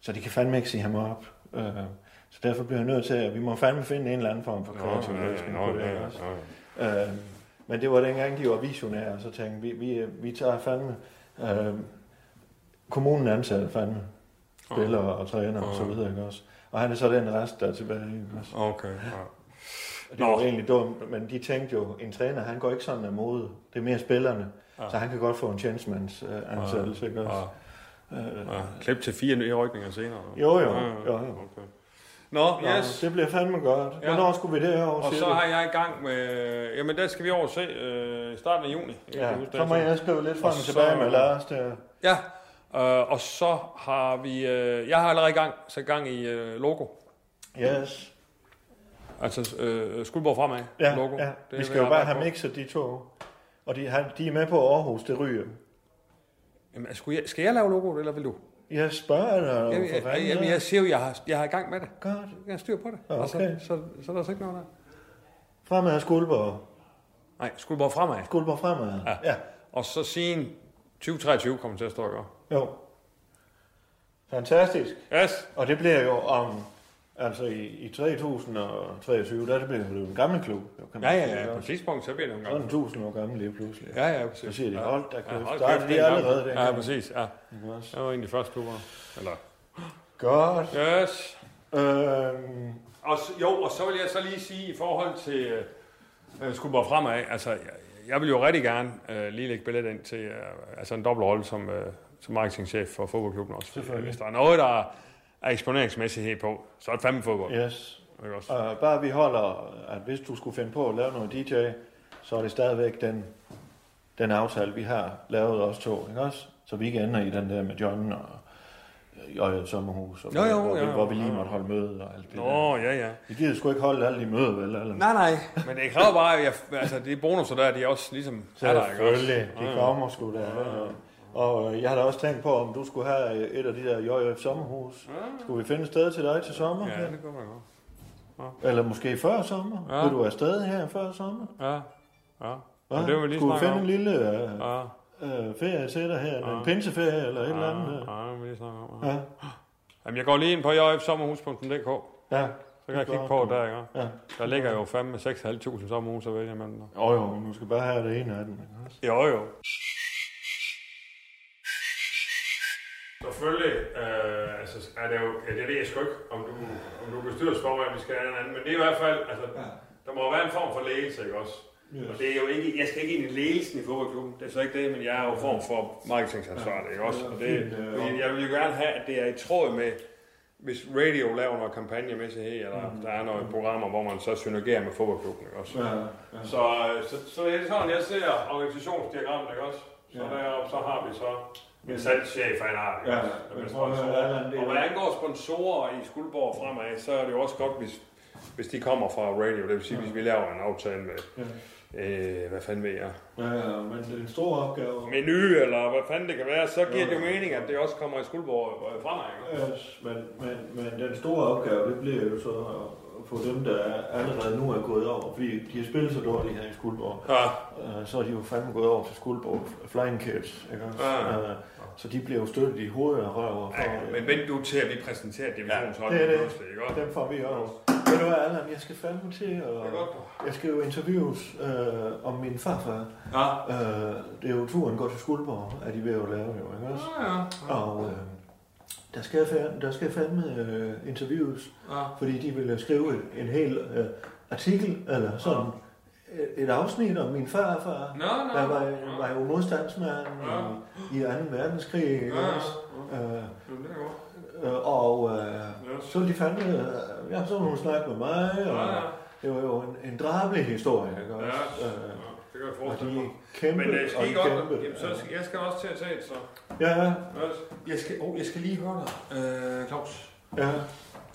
Speaker 8: Så de kan fandme ikke sige ham op. Øh, så derfor bliver jeg nødt til, at vi må fandme finde en eller anden form for
Speaker 6: Nå,
Speaker 8: kreativ
Speaker 6: ja, ja,
Speaker 8: løsning
Speaker 6: nå,
Speaker 8: på det
Speaker 6: ja,
Speaker 8: ikke
Speaker 6: ja,
Speaker 8: også. Øh, men det var dengang, de var visionære, og så tænkte vi, vi, øh, vi tager fandme... Øh, kommunen ansatte fandme spillere og træner og så videre, ikke også? Og han er så den rest, der er tilbage. Ikke også?
Speaker 6: Okay, ja.
Speaker 8: Det var egentlig dumt, men de tænkte jo, en træner, han går ikke sådan af mode. Det er mere spillerne,
Speaker 6: Ja.
Speaker 8: så han kan godt få en tjenestemands øh, ansættelse, ikke også? Øh,
Speaker 6: Ja. Klip til fire nye rykninger senere.
Speaker 8: Jo, jo.
Speaker 6: Ja, ja,
Speaker 8: jo, jo.
Speaker 6: Okay. Nå, yes.
Speaker 8: Det bliver fandme godt. Ja. Hvornår skulle vi derover?
Speaker 6: Og
Speaker 8: siger
Speaker 6: så
Speaker 8: du?
Speaker 6: har jeg i gang med... Jamen, der skal vi over og se øh, i starten af juni. Jeg kan
Speaker 8: Ja,
Speaker 6: ikke huske
Speaker 8: så må
Speaker 6: datoen.
Speaker 8: jeg skrive lidt frem og
Speaker 6: så-
Speaker 8: tilbage med Lars der.
Speaker 6: Ja, øh, og så har vi... Øh, jeg har allerede i gang, sat gang i øh, logo.
Speaker 8: Yes.
Speaker 6: Altså øh, skuldborg fremad
Speaker 8: Ja,
Speaker 6: logo. Det
Speaker 8: ja.
Speaker 6: er
Speaker 8: vi
Speaker 6: det,
Speaker 8: skal jo
Speaker 6: jeg
Speaker 8: bare
Speaker 6: arbejder
Speaker 8: have
Speaker 6: på.
Speaker 8: mixet de to. Og de, han- de er med på Aarhus, det ryger.
Speaker 6: Jamen, altså, skulle jeg, skal jeg lave logoet, eller vil du?
Speaker 8: Jeg spørger dig jo,
Speaker 6: Jamen,
Speaker 8: for
Speaker 6: jeg,
Speaker 8: fanden.
Speaker 6: jeg, jeg, jeg siger jo, jeg har, jeg har i gang med det.
Speaker 8: Godt.
Speaker 6: Jeg har styr på det.
Speaker 8: Okay.
Speaker 6: Altså, så, så er der så ikke noget der.
Speaker 8: Fremad af Skuldborg.
Speaker 6: Nej, Skuldborg fremad.
Speaker 8: Skuldborg fremad.
Speaker 6: Ja.
Speaker 8: ja.
Speaker 6: Og så siden 2023 kommer til at stå og gøre.
Speaker 8: Jo. Fantastisk.
Speaker 6: Yes.
Speaker 8: Og det bliver jo om... Altså i, i 2023, der bliver det jo en gammel klub. jo, Kan
Speaker 6: Ja,
Speaker 8: sige,
Speaker 6: ja, ja.
Speaker 8: ikke
Speaker 6: På et
Speaker 8: også?
Speaker 6: tidspunkt, så bliver det en
Speaker 8: Så er
Speaker 6: gang.
Speaker 8: den 1000 år gammel lige pludselig.
Speaker 6: Ja, ja, præcis.
Speaker 8: Så siger de,
Speaker 6: Ja.
Speaker 8: hold da
Speaker 6: Ja,
Speaker 8: kæft,
Speaker 6: hold
Speaker 8: der
Speaker 6: kæft,
Speaker 8: er
Speaker 6: det
Speaker 8: de
Speaker 6: er en
Speaker 8: allerede
Speaker 6: gammel.
Speaker 8: dengang.
Speaker 6: Ja, præcis, ja.
Speaker 8: Ikke også?
Speaker 6: Det var en af de første klubber. Eller...
Speaker 8: Godt.
Speaker 6: Yes.
Speaker 8: Øhm.
Speaker 6: Og, s- jo, og så vil jeg så lige sige i forhold til øh, Skuldborg Fremad, altså jeg, jeg vil jo rigtig gerne øh, lige lægge billedet ind til øh, altså en dobbeltrolle som, øh, som marketingchef for fodboldklubben også.
Speaker 8: Selvfølgelig.
Speaker 6: Hvis der er noget, der er eksponeringsmæssighed på, så er det fandme fodbold.
Speaker 8: Yes.
Speaker 6: Ikke også?
Speaker 8: Og Øh, bare vi holder, at hvis du skulle finde på at lave noget DJ, så er det stadigvæk den, den aftale, vi har lavet os to, ikke også? Så vi ikke ender i den der med John og og et sommerhus, og
Speaker 6: Jo, jo,
Speaker 8: hvor, vi,
Speaker 6: jo,
Speaker 8: hvor vi
Speaker 6: jo,
Speaker 8: lige
Speaker 6: jo.
Speaker 8: måtte holde møde og alt det
Speaker 6: Nå,
Speaker 8: der.
Speaker 6: ja, ja.
Speaker 8: Vi gider sgu ikke holde alle de møder, vel? Eller?
Speaker 6: Nej, nej. Men det kræver bare, at jeg, altså, de bonusser der, de er også ligesom... er der, ikke også?
Speaker 8: Selvfølgelig,
Speaker 6: Ja, ja.
Speaker 8: de kommer sgu da. Og øh, jeg har da også tænkt på, om du skulle have et af de der JF sommerhus. Skulle vi finde et sted til dig til sommer?
Speaker 6: Ja, det kunne man godt.
Speaker 8: Eller måske før sommer?
Speaker 6: Ja.
Speaker 8: Ja. Vil du afsted her før sommer?
Speaker 6: Ja, ja.
Speaker 8: Hva?
Speaker 6: Men det var lige
Speaker 8: Skulle
Speaker 6: snakke
Speaker 8: vi finde
Speaker 6: om.
Speaker 8: en lille øh,
Speaker 6: Ja.
Speaker 8: øh, ferie til dig her?
Speaker 6: Ja.
Speaker 8: En pinseferie eller et
Speaker 6: ja,
Speaker 8: eller andet?
Speaker 6: Ja,
Speaker 8: øh?
Speaker 6: det vil jeg lige snakke om.
Speaker 8: Ja.
Speaker 6: Jamen, jeg går lige ind på jfsommerhus.dk.
Speaker 8: Ja.
Speaker 6: Så kan jeg kigge på der, ikke? Ja. Der ligger jo fandme 6.500 sommerhus at vælge imellem.
Speaker 8: Jo, oh, jo, nu skal bare have det ene af dem. ikke også?
Speaker 6: Jo, jo. Selvfølgelig øh, altså, er det jo, ja, det ved jeg sgu ikke, om du, om du er bestyrelsesformand, vi skal have en anden, men det er i hvert fald, altså, ja. der må jo være en form for ledelse, ikke også?
Speaker 8: Yes.
Speaker 6: Og det er jo ikke, jeg skal ikke ind i ledelsen i fodboldklubben, det er så ikke det, men jeg er jo en form for marketingansvarlig, ikke også? øh, Og det, fordi jeg vil jo gerne have, at det er i tråd med, hvis radio laver noget kampagnemæssighed, eller mm. der er nogle programmer, hvor man så synergerer med fodboldklubben, ikke også?
Speaker 8: Mhm. Ja,
Speaker 6: ja. Så, øh, så, så det er sådan, jeg ser organisationsdiagrammet, ikke også? Så ja. deroppe, så har vi så en salgschef af en art, ikke
Speaker 8: Ja,
Speaker 6: også?
Speaker 8: men
Speaker 6: Med
Speaker 8: prøv at høre,
Speaker 6: sponsorer.
Speaker 8: Allan, det er
Speaker 6: Og hvad
Speaker 8: jo-
Speaker 6: angår sponsorer i Skuldborg fremad, så er det jo også godt, hvis hvis de kommer fra radio, det vil sige, hvis vi laver en aftale med, øh, hvad fanden ved jeg,
Speaker 8: Ja, ja, men det er en stor opgave.
Speaker 6: menu eller hvad fanden det kan være, så giver
Speaker 8: Jo,
Speaker 6: det jo
Speaker 8: jo.
Speaker 6: mening, at det også kommer i skuldborg øh, fremad. ikke?
Speaker 8: Yes, men, men, men den store opgave, det bliver jo så at få dem, der er- allerede nu er gået over, fordi de har spillet så dårligt her i Skuldborg, ja. så er de jo fandme gået over til Skuldborg Flying Kids, ikke også?
Speaker 6: Ja.
Speaker 8: Øh, Så de bliver jo støttet i hovedet og røver. for-
Speaker 6: Ja, men vent du til, at vi præsenterer divisionsholdet.
Speaker 8: det er det.
Speaker 6: pludselig, ikke også?
Speaker 8: Dem får vi også. Ved du hvad, Allan, jeg skal fandme til, og jeg skal jo interviews øh, om min farfar.
Speaker 6: Ja.
Speaker 8: Øh, det er jo turen går til Skuldborg, at de ved at lave jo, ikke også?
Speaker 6: Ja, ja. Ja.
Speaker 8: Og øh, der skal, jeg fandme, der skal jeg fandme øh, interviews,
Speaker 6: Ja.
Speaker 8: fordi de ville skrive en, en hel øh, artikel, eller sådan, et- et afsnit om min farfar,
Speaker 6: Nå, nå.
Speaker 8: der var, var jo modstandsmand i, i 2. verdenskrig, ikke
Speaker 6: Ja, ja.
Speaker 8: også? Øh,
Speaker 6: Jamen, det er godt.
Speaker 8: Øh, og øh, så ville de fandme, øh, ja, så ville hun snakke med mig, og
Speaker 6: Ja, ja.
Speaker 8: det var jo en, en drabelig historie, ikke også?
Speaker 6: Ja,
Speaker 8: Øh,
Speaker 6: det kan jeg
Speaker 8: og
Speaker 6: forestille
Speaker 8: de
Speaker 6: mig.
Speaker 8: er kæmpe,
Speaker 6: Men øh,
Speaker 8: og
Speaker 6: skal I
Speaker 8: de
Speaker 6: godt,
Speaker 8: kæmpe.
Speaker 6: jamen, så skal, jeg skal også til at tage et, så.
Speaker 8: Ja, ja.
Speaker 6: Jeg skal, oh, jeg skal lige høre dig, øh, Claus.
Speaker 8: Ja.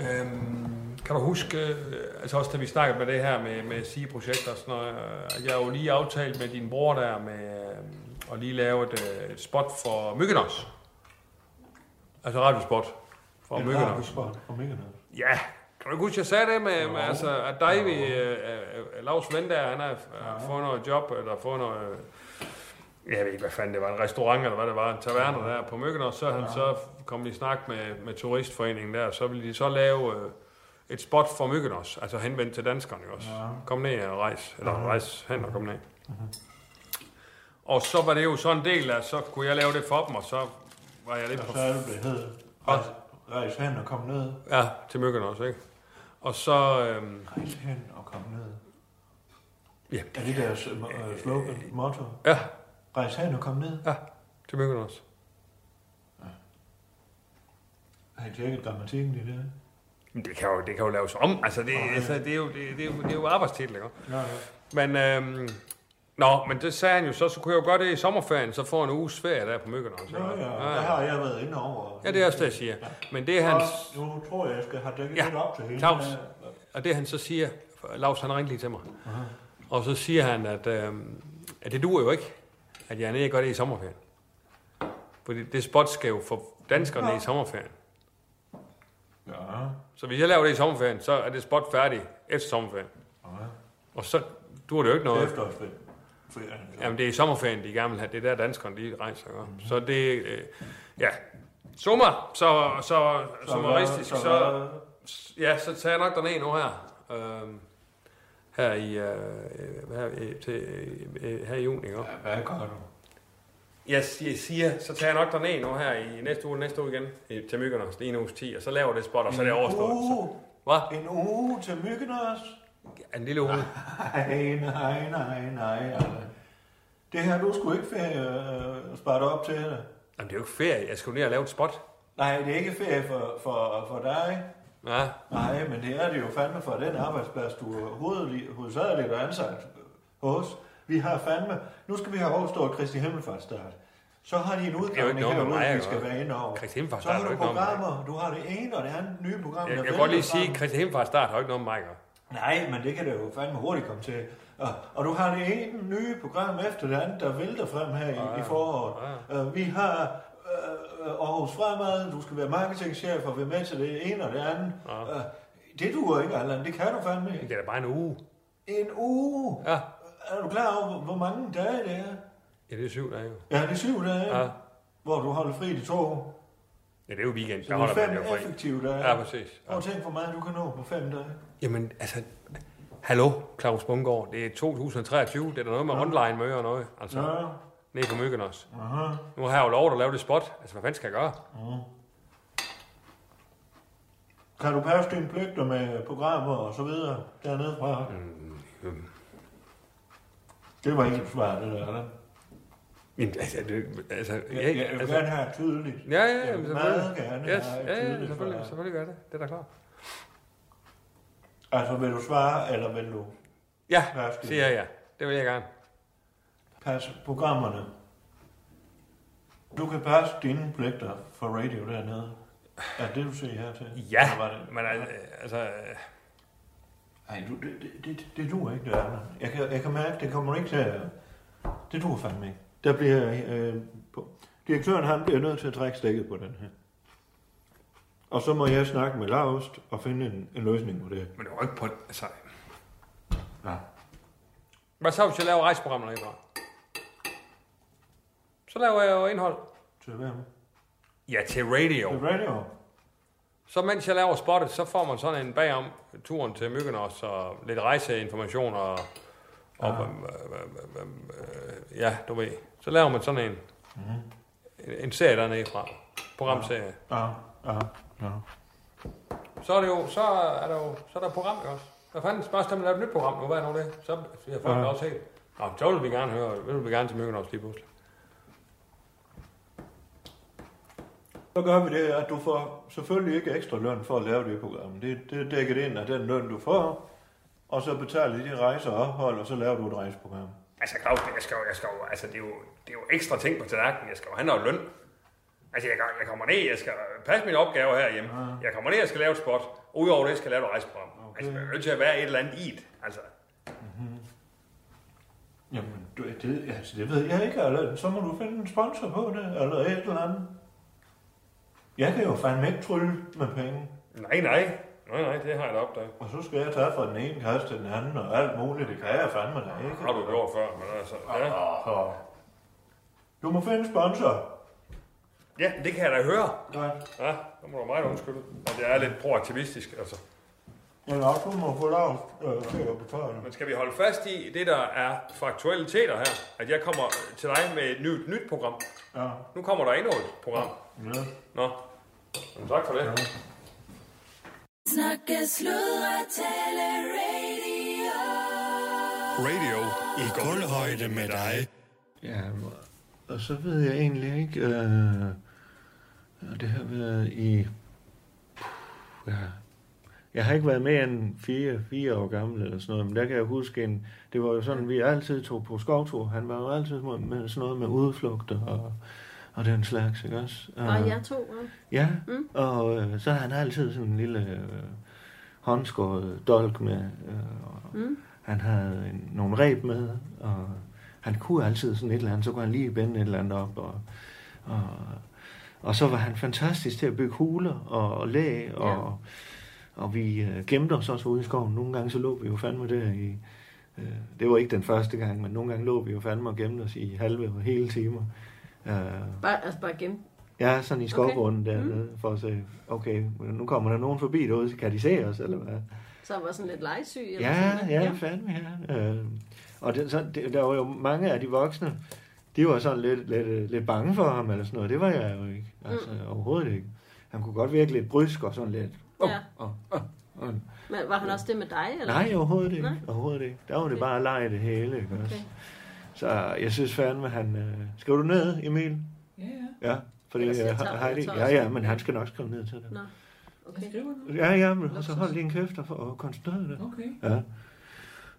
Speaker 6: Øhm, kan du huske, øh, altså også da vi snakkede med det her med, med SIE-projekter og sådan noget, øh, at jeg jo lige aftalt med din bror der med øh, at lige lave et, øh, et spot for Myggenos. Altså radiospot for
Speaker 8: En
Speaker 6: Myggenos.
Speaker 8: radiospot for Myggenos.
Speaker 6: Ja, kan du ikke huske, jeg sagde det med, med altså, at dig ved øh, øh, Lars Vend der, han har øh, fået noget job, eller fået noget, øh, jeg ved ikke, hvad fanden det var, en restaurant, eller hvad det var, en taverne der på Mykkenos, så, han, så kom de i snak med, med turistforeningen der, så ville de så lave øh, et spot for Mykkenos, altså henvendt til danskerne ikke også. Kom ned og rejs, eller rejs hen og kom ned.
Speaker 8: Mhm.
Speaker 6: Og så var det jo sådan en del af, så kunne jeg lave det for dem, og så var jeg lidt
Speaker 8: Og
Speaker 6: på
Speaker 8: så er det blevet hed. Rejs, rejs hen og kom ned.
Speaker 6: Ja, til Mykkenos også, ikke? Og så... Øhm,
Speaker 8: Rejs hen og kom ned.
Speaker 6: Ja,
Speaker 8: det er det deres øh, slogan, motto.
Speaker 6: Ja.
Speaker 8: Rejs hen og kom ned.
Speaker 6: Ja, til Mykkenos.
Speaker 8: Har I tjekket grammatikken i det?
Speaker 6: Men det kan jo, det kan jo laves om. Altså, det,
Speaker 8: Nå, ja.
Speaker 6: altså, det, er, jo, det, det, er, jo, det er jo arbejdstitel, ikke?
Speaker 8: Ja, ja.
Speaker 6: Men, øhm, nå, men det sagde han jo så, så kunne jeg jo gøre det i sommerferien, så får en uges ferie der på Mykkenos.
Speaker 8: Nå
Speaker 6: ikke?
Speaker 8: ja, der har jeg været inde over.
Speaker 6: Ja, det er også det, jeg siger. Men det er hans...
Speaker 8: Og Nu tror jeg, jeg skal have dækket
Speaker 6: Ja,
Speaker 8: lidt op til hele.
Speaker 6: Claus.
Speaker 8: øh,
Speaker 6: Og det han så siger... Lars, han ringte lige til mig.
Speaker 8: Aha.
Speaker 6: Og så siger han, at, øhm, at det duer jo ikke, at jeg er nede og gør det i sommerferien. Fordi det spot skal jo for danskerne i sommerferien.
Speaker 8: Ja.
Speaker 6: Så hvis jeg laver det i sommerferien, så er det spot færdigt efter sommerferien.
Speaker 8: Okay.
Speaker 6: Og så duer det jo ikke noget.
Speaker 8: Efterårsferien.
Speaker 6: Jamen, det er i sommerferien, de gerne vil have. Det er der, danskerne de rejser. Mm-hmm. Så det... Øh, ja. Summer, så, så,
Speaker 8: Så
Speaker 6: så summaristisk, så,
Speaker 8: hvad- så
Speaker 6: så, ja, så tager jeg nok derned nu her. Øhm, her i, øh, her, i- til, øh, her i juni, ikke?
Speaker 8: Ja, hvad gør du?
Speaker 6: Jeg si- jeg siger, så tager jeg nok derned nu her i næste uge, næste uge igen, i- til Mykonos, det er en uges 10, og så laver det spot, og så er det overstået.
Speaker 8: En
Speaker 6: Så,
Speaker 8: uge,
Speaker 6: Hvad?
Speaker 8: en uge til Mykkenos.
Speaker 6: en lille uge.
Speaker 8: Nej, nej, nej, nej. Allan. Det her, du skulle ikke ferie, øh, spare dig op til det.
Speaker 6: Jamen, det er jo ikke ferie, jeg skal jo ned og lave et spot.
Speaker 8: Nej, det er ikke ferie for, for, for dig.
Speaker 6: Ja.
Speaker 8: Nej, men det er det jo fandme for den arbejdsplads, du er hovedli- hovedsageligt er ansat hos. Vi har fandme... Nu skal vi have overstået Kristi Himmelfarts start. Så har de
Speaker 6: Det
Speaker 8: en
Speaker 6: er jo ikke
Speaker 8: udgivning
Speaker 6: noget med mig,
Speaker 8: herude, vi
Speaker 6: jeg
Speaker 8: skal
Speaker 6: gør.
Speaker 8: være inde over.
Speaker 6: Kristi Himmelfartsstart
Speaker 8: Så har
Speaker 6: er jo
Speaker 8: du
Speaker 6: ikke noget med mig.
Speaker 8: programmer. Du har det ene og det andet nye program.
Speaker 6: Jeg,
Speaker 8: der
Speaker 6: jeg kan godt lige
Speaker 8: vælter frem.
Speaker 6: sige, at Christian Hemmefars start har jo ikke noget med mig at gøre.
Speaker 8: Nej, men det kan det jo fandme hurtigt komme til. Og, og du har det ene nye program efter det andet, der vælter frem her i, ja, i foråret. Ja. Uh, vi har uh, Aarhus Fremad, du skal være marketingchef og være med til det ene og det andet. Ja. Uh, det duer ikke, Allan. Det kan du fandme ikke.
Speaker 6: Det er da bare en uge.
Speaker 8: En uge?
Speaker 6: Ja.
Speaker 8: Er du klar over, hvor- hvor mange dage det er?
Speaker 6: Ja, det er syv dage jo.
Speaker 8: Ja, det er syv dage,
Speaker 6: Ja.
Speaker 8: hvor du holder fri de to.
Speaker 6: Ja, det er jo weekend,
Speaker 8: Så
Speaker 6: der
Speaker 8: det er
Speaker 6: holder man
Speaker 8: fem
Speaker 6: jo fri.
Speaker 8: effektive dage.
Speaker 6: Ja, præcis.
Speaker 8: Prøv at tænke, hvor meget du kan nå på fem dage.
Speaker 6: Jamen, altså, hallo, Claus Bungård, det er 2023, det er da noget med online møder og noget, altså.
Speaker 8: Ja.
Speaker 6: Nede på myggen også.
Speaker 8: Aha.
Speaker 6: Nu har jeg jo lov at lave det spot, altså hvad fanden skal jeg gøre?
Speaker 8: Mm. Kan du passe dine pligter med programmer og så videre dernede fra?
Speaker 6: Mm.
Speaker 8: Det var ikke et svar, det der. eller?
Speaker 6: Jamen, altså, det, altså, ja,
Speaker 8: Jeg, jeg vil
Speaker 6: altså,
Speaker 8: gerne have tydeligt.
Speaker 6: Ja, ja,
Speaker 8: Jeg
Speaker 6: jamen,
Speaker 8: vil
Speaker 6: selvfølgelig.
Speaker 8: meget gerne
Speaker 6: Yes,
Speaker 8: have
Speaker 6: ja, ja,
Speaker 8: tydeligt
Speaker 6: selvfølgelig,
Speaker 8: svar.
Speaker 6: selvfølgelig gør det. Det er da klart.
Speaker 8: Altså, vil du svare, eller vil du
Speaker 6: Ja,
Speaker 8: Værsgo.
Speaker 6: siger jeg ja. Det vil jeg gerne.
Speaker 8: passe programmerne? Du kan passe dine pligter for radio dernede. Er det, du siger her til?
Speaker 6: Ja, altså,
Speaker 8: Eller var det?
Speaker 6: men al- altså... øh,
Speaker 8: Nej, du, det, det, det, det duer ikke, det er Jeg kan, jeg kan mærke, det kommer ikke til at... Det duer fandme ikke. Der bliver... Øh, på. Direktøren, han bliver nødt til at trække stikket på den her. Og så må jeg snakke med Laust og finde en, en løsning på det.
Speaker 6: Men det var ikke på... Altså...
Speaker 8: Nej.
Speaker 6: Hvad så, hvis jeg laver rejseprogrammer derindefra? Så laver jeg jo indhold.
Speaker 8: Til hvem?
Speaker 6: Ja, til radio.
Speaker 8: Til radio.
Speaker 6: Så mens jeg laver spottet, så får man sådan en bagom turen til Myggenås og lidt rejseinformation og... og ah. øhm, øhm, øhm, øhm, øh, ja, du ved. Så laver man sådan en,
Speaker 8: Mhm.
Speaker 6: en, en serie dernede fra. Programserie.
Speaker 8: Ja, ja, ja.
Speaker 6: Så er det jo, så er der jo, så er der et program jo også. Der fanden spørgsmål, at man laver et nyt program nu, hvad er nu det? Så bliver folk
Speaker 8: Ja.
Speaker 6: ja. også helt. Nå, så vil vi gerne høre, det vil vi gerne til Myggenås lige pludselig.
Speaker 8: Så gør vi det, at du får selvfølgelig ikke ekstra løn for at lave det program. Det, det dækker det ind af den løn, du får, og så betaler de rejser og ophold, og så laver du et rejseprogram.
Speaker 6: Altså, Claus, jeg skal, jo- jeg skal, jo- altså, det, er jo, det er jo ekstra ting på tallerkenen. Jeg skal jo have noget løn. Altså, jeg, jeg kommer ned, jeg skal passe mine opgaver herhjemme. Jeg kommer ned, jeg skal lave et spot. Udover det, jeg skal jeg lave et rejseprogram. Ah. Okay. Altså, jeg er nødt til at være et eller andet i det. Altså,
Speaker 8: Jamen, du, det, altså, det ved jeg ikke, eller så må du finde en sponsor på det, eller et eller andet. Jeg kan jo fandme ikke trylle med penge.
Speaker 6: nej, nej. Nej, nej, det har jeg da opdaget.
Speaker 8: Og så skal jeg tage fra den ene kasse til den anden, og alt muligt, det kan jeg fandme da ikke.
Speaker 6: Har du gjort før, men altså, ja.
Speaker 8: Så. Du må finde en sponsor.
Speaker 6: Ja, men det kan jeg da høre.
Speaker 8: Nej.
Speaker 6: Ja, så må du meget undskylde. Og jeg er lidt proaktivistisk, altså.
Speaker 8: Eller også, du må få lov øh, til at betale.
Speaker 6: Men skal vi holde fast i det, der er faktualiteter her? At jeg kommer til dig med et nyt, nyt program.
Speaker 8: Ja.
Speaker 6: Nu kommer der endnu et program.
Speaker 8: Ja.
Speaker 6: Nå, Jamen, tak for det. Ja.
Speaker 14: Snakke, sludre, tale, radio.
Speaker 1: Radio i gulvhøjde med dig.
Speaker 8: Ja, og så ved jeg egentlig ikke, øh, og det har været i, ja, jeg har ikke været mere end 4, 4 år gammel eller sådan noget, men der kan jeg huske en, det var jo sådan, vi altid tog på skovtur, han var jo altid med, med sådan noget med udflugter og, og den slags, ikke også?
Speaker 4: Og jeg to, ja.
Speaker 8: Ja,
Speaker 4: Mm.
Speaker 8: mm. og øh, så har han altid sådan en lille øh, håndskåret dolk med, øh, og
Speaker 4: Mm.
Speaker 8: han havde en, nogle reb med, og han kunne altid sådan et eller andet, så kunne han lige bænde et eller andet op, og, og, og så var han fantastisk til at bygge huler og, og læ, og, og vi øh, gemte os også ude i skoven. Nogle gange så lå vi jo fandme der i, øh, det var ikke den første gang, men nogle gange lå vi jo fandme og gemte os i halve og hele timer. Øh,
Speaker 4: Bare, altså bare gennem.
Speaker 8: Ja, sådan i skovbunden okay.
Speaker 4: Okay. Mm.
Speaker 8: dernede, for at se, okay, men nu kommer der nogen forbi derude, så kan de se os, eller hvad?
Speaker 4: Så var sådan lidt legesyg. Eller
Speaker 8: Ja,
Speaker 4: sådan,
Speaker 8: ja, ja. fandme, ja. Øh, og det, så, det, der var jo mange af de voksne, de var sådan lidt, lidt, øh, lidt bange for ham, eller sådan noget. Det var jeg jo ikke, altså mm. overhovedet ikke. Han kunne godt virke lidt brysk og sådan lidt.
Speaker 4: Oh. Ja.
Speaker 8: Og, og, og,
Speaker 4: Men var han også det med dig? Eller?
Speaker 8: nej, overhovedet ikke,
Speaker 4: Nej.
Speaker 8: overhovedet ikke. Der var det bare at lege det hele, ikke også?
Speaker 4: Okay.
Speaker 8: Så jeg synes fandme, han... Øh, skriver du ned, Emil?
Speaker 4: Ja, ja.
Speaker 8: Ja, fordi
Speaker 4: Ellers jeg
Speaker 8: øh,
Speaker 4: tager- jeg
Speaker 8: Heidi...
Speaker 4: tager
Speaker 8: Ja,
Speaker 4: også-
Speaker 8: ja, men han skal nok skrive ned til det.
Speaker 4: Nå. Okay.
Speaker 8: Ja, ja, men så hold din kæft og, og koncentrere dig.
Speaker 4: Okay.
Speaker 8: Ja.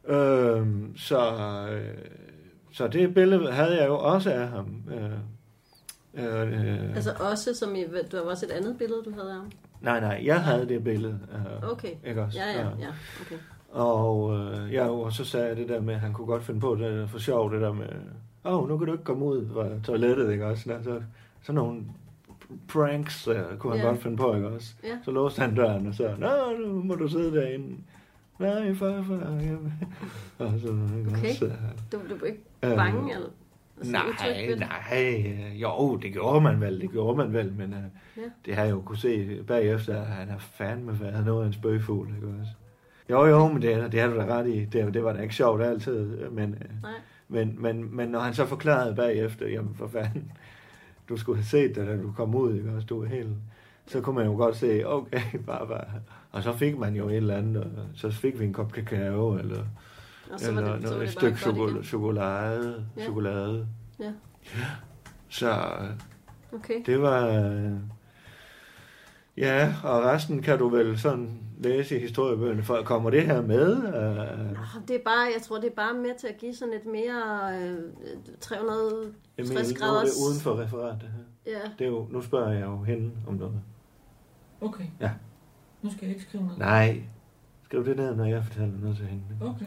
Speaker 8: Øhm, så, øh, så det billede havde jeg jo også af ham. Øh, øh, øh,
Speaker 4: Altså også, som i, der var også et andet billede, du havde af ham?
Speaker 8: nej, nej, jeg havde det billede. Øh,
Speaker 4: Okay.
Speaker 8: Ikke også?
Speaker 4: Ja, ja, ja. Okay.
Speaker 8: Og, øh, ja, og så sagde jeg det der med, at han kunne godt finde på det der for sjov, det der med, åh, oh, nu kan du ikke komme ud fra toilettet, ikke også? Sådan, så, sådan nogle pranks øh, kunne han
Speaker 4: Ja.
Speaker 8: godt finde på, ikke også?
Speaker 4: Ja.
Speaker 8: Så låste han døren og så, nå, nu må du sidde derinde. Nej, farfar, jeg vil-" og sådan, ikke
Speaker 4: Okay.
Speaker 8: også?
Speaker 4: Du blev ikke
Speaker 8: Øh,
Speaker 4: bange? Eller? Altså, utryg
Speaker 8: Nej,
Speaker 4: ved det?
Speaker 8: nej, øh, jo, det gjorde man vel, det gjorde man vel, men øh,
Speaker 4: Ja.
Speaker 8: det har jeg jo kunne se bagefter, at han har fandme været noget af en spøgfugl, ikke også? Jo, jo, men det, er- det har du da ret i. Det, det var da ikke sjovt altid, øh, men, øh,
Speaker 4: Nej.
Speaker 8: men, men, men når han så forklarede bagefter, jamen for fanden, du skulle have set det, da du kom ud, ikke også? Du var helt... Så kunne man jo godt se, okay, bare, bare. Og så fik man jo et eller andet, og så fik vi en kop kakao, eller,
Speaker 4: Og så var
Speaker 8: eller
Speaker 4: det- så var
Speaker 8: noget,
Speaker 4: det
Speaker 8: et
Speaker 4: bare
Speaker 8: stykke
Speaker 4: godt igen.
Speaker 8: chokolade, chokolade,
Speaker 4: Ja.
Speaker 8: chokolade.
Speaker 4: Ja.
Speaker 8: Så
Speaker 4: Okay.
Speaker 8: det var... øh, Ja, og resten kan du vel sådan læse i historiebøgerne, for kommer det her med? Uh,
Speaker 4: Nå, Det er bare, jeg tror, det er bare med til at give sådan et mere øh, 360
Speaker 8: nu er det
Speaker 4: graders...
Speaker 8: uden for referat, det her.
Speaker 4: Ja.
Speaker 8: Det er jo, nu spørger jeg jo hende om noget.
Speaker 15: Okay.
Speaker 8: Ja.
Speaker 15: Nu skal jeg ikke skrive noget.
Speaker 8: Nej. Det var det der, når jeg fortalte noget til hende.
Speaker 11: Okay.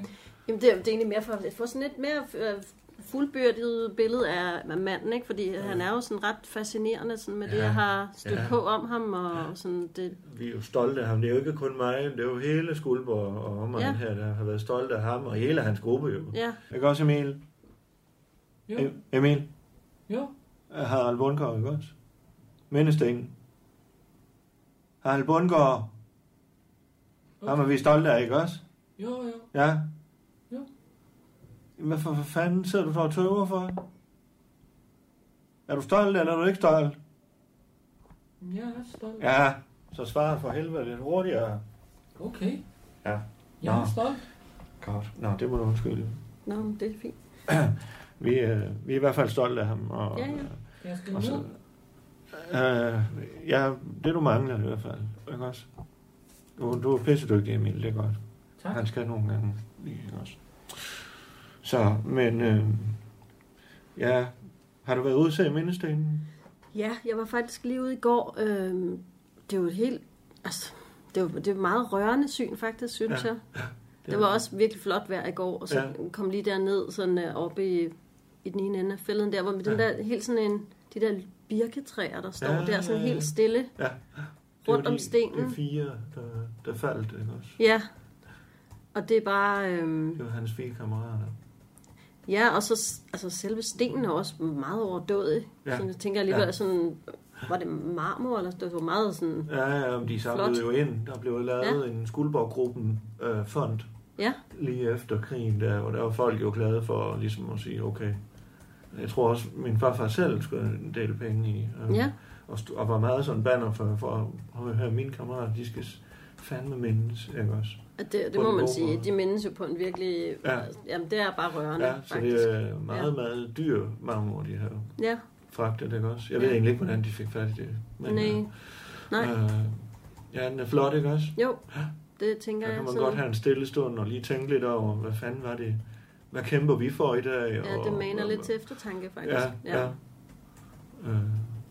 Speaker 10: Jamen, det er, det er egentlig mere for at få sådan lidt mere øh, fuldbyrdet billede af, af manden, ikke? Fordi ja. han er jo sådan ret fascinerende sådan med ja. det,
Speaker 8: Ja,
Speaker 10: jeg har stødt
Speaker 8: ja.
Speaker 10: ja. på om ham, og ja. sådan det...
Speaker 8: Vi er jo stolte af ham. Det er jo ikke kun mig, det er jo hele Skuldborg og omegn ja.
Speaker 10: Ja.
Speaker 8: her, der har været stolte af ham, og hele hans gruppe jo.
Speaker 10: Ja.
Speaker 8: Ikke også Emil?
Speaker 11: Jo.
Speaker 8: E- Emil?
Speaker 11: Jo.
Speaker 8: Harald Bundgaard, ikke også? Mindestengen. Harald Bundgaard. Okay. Ham er vi stolte af, ikke også?
Speaker 11: Jo, jo.
Speaker 8: Ja.
Speaker 11: Jo.
Speaker 8: Jamen, Hvad for, for fanden sidder du så og tøver for? Er du stolt, eller er du ikke stolt?
Speaker 11: Jeg er ret stolt.
Speaker 8: Ja, så svar for helvede lidt hurtigere.
Speaker 11: Okay.
Speaker 8: Ja.
Speaker 11: Jeg
Speaker 8: Nå.
Speaker 11: er stolt.
Speaker 8: Godt. Nå, det må du undskylde.
Speaker 10: Nå, men det er fint.
Speaker 8: [CLEARS THROAT] Vi, øh, vi er i hvert fald stolte af ham. Og,
Speaker 10: Ja, ja.
Speaker 11: Jeg skal
Speaker 8: Og så,
Speaker 11: ned.
Speaker 8: øh, ja, det du mangler i hvert fald. Ikke også? Du, du er pissedygtig, Emil. Det er godt.
Speaker 11: Tak.
Speaker 8: Han skal nogle gange lige ikke også. Så, men... Øh, ja, har du været ude til mindestenen?
Speaker 10: Ja, jeg var faktisk lige ude i går. Øhm, det var et helt... Altså, det var, det var et meget rørende syn, faktisk, synes
Speaker 8: Ja,
Speaker 10: ja. jeg.
Speaker 8: det
Speaker 10: Det,
Speaker 8: var
Speaker 10: var
Speaker 8: det.
Speaker 10: også virkelig flot vejr i går, og så
Speaker 8: Ja.
Speaker 10: ja. kom lige derned, sådan øh, oppe i, i den ene ende af fælden der, hvor med ja. den
Speaker 8: Ja.
Speaker 10: der, helt sådan en, de der birketræer, der står
Speaker 8: Ja,
Speaker 10: ja, der, sådan
Speaker 8: ja, ja.
Speaker 10: helt stille
Speaker 8: Ja. Det var
Speaker 10: rundt om
Speaker 8: de-
Speaker 10: stenen.
Speaker 8: De fire, der, der faldt, ikke også?
Speaker 10: Ja, og det er bare... Øhm,
Speaker 8: Det var hans fire kammerater.
Speaker 10: Ja, og så s- altså, selve stenen er også meget overdådig.
Speaker 8: Ja.
Speaker 10: Ja. Sådan, jeg tænker alligevel,
Speaker 8: Ja.
Speaker 10: ja. sådan, var det marmor, eller det var meget sådan...
Speaker 8: Ja, ja, men de samlede
Speaker 10: Flot.
Speaker 8: jo ind. Der blev lavet ja. en Skuldborg-gruppen øh, fond
Speaker 10: Ja,
Speaker 8: lige efter krigen der, og der var folk jo glade for ligesom at sige, okay, jeg tror også, min farfar selv skulle en del penge i, øh,
Speaker 10: Ja.
Speaker 8: og, st- og var meget sådan banner for, for at høre mine kammerater, de skal s- fandme mindes, ikke også?
Speaker 10: og det,
Speaker 8: På
Speaker 10: det må
Speaker 8: den
Speaker 10: man
Speaker 8: gode
Speaker 10: sige.
Speaker 8: måde.
Speaker 10: De mindes jo på en virkelig...
Speaker 8: Ja.
Speaker 10: Ja. Jamen, det er bare rørende,
Speaker 8: Ja, så
Speaker 10: faktisk.
Speaker 8: det er meget, ja.
Speaker 10: Ja.
Speaker 8: meget dyr marmor, de her
Speaker 10: Ja.
Speaker 8: fragtet, ikke også? Jeg ved
Speaker 10: Ja.
Speaker 8: egentlig ikke, hvordan de fik fat i det.
Speaker 10: Nej. Nej.
Speaker 8: Øh, ja, den er flot, ikke også?
Speaker 10: Jo, det tænker
Speaker 8: Der
Speaker 10: jeg.
Speaker 8: kan man
Speaker 10: sådan-
Speaker 8: godt have en stille stund og lige tænke lidt over, hvad fanden var det, hvad kæmper vi for i dag?
Speaker 10: Ja,
Speaker 8: og,
Speaker 10: det maner
Speaker 8: og,
Speaker 10: lidt til eftertanke, faktisk.
Speaker 8: Ja, ja. Øh,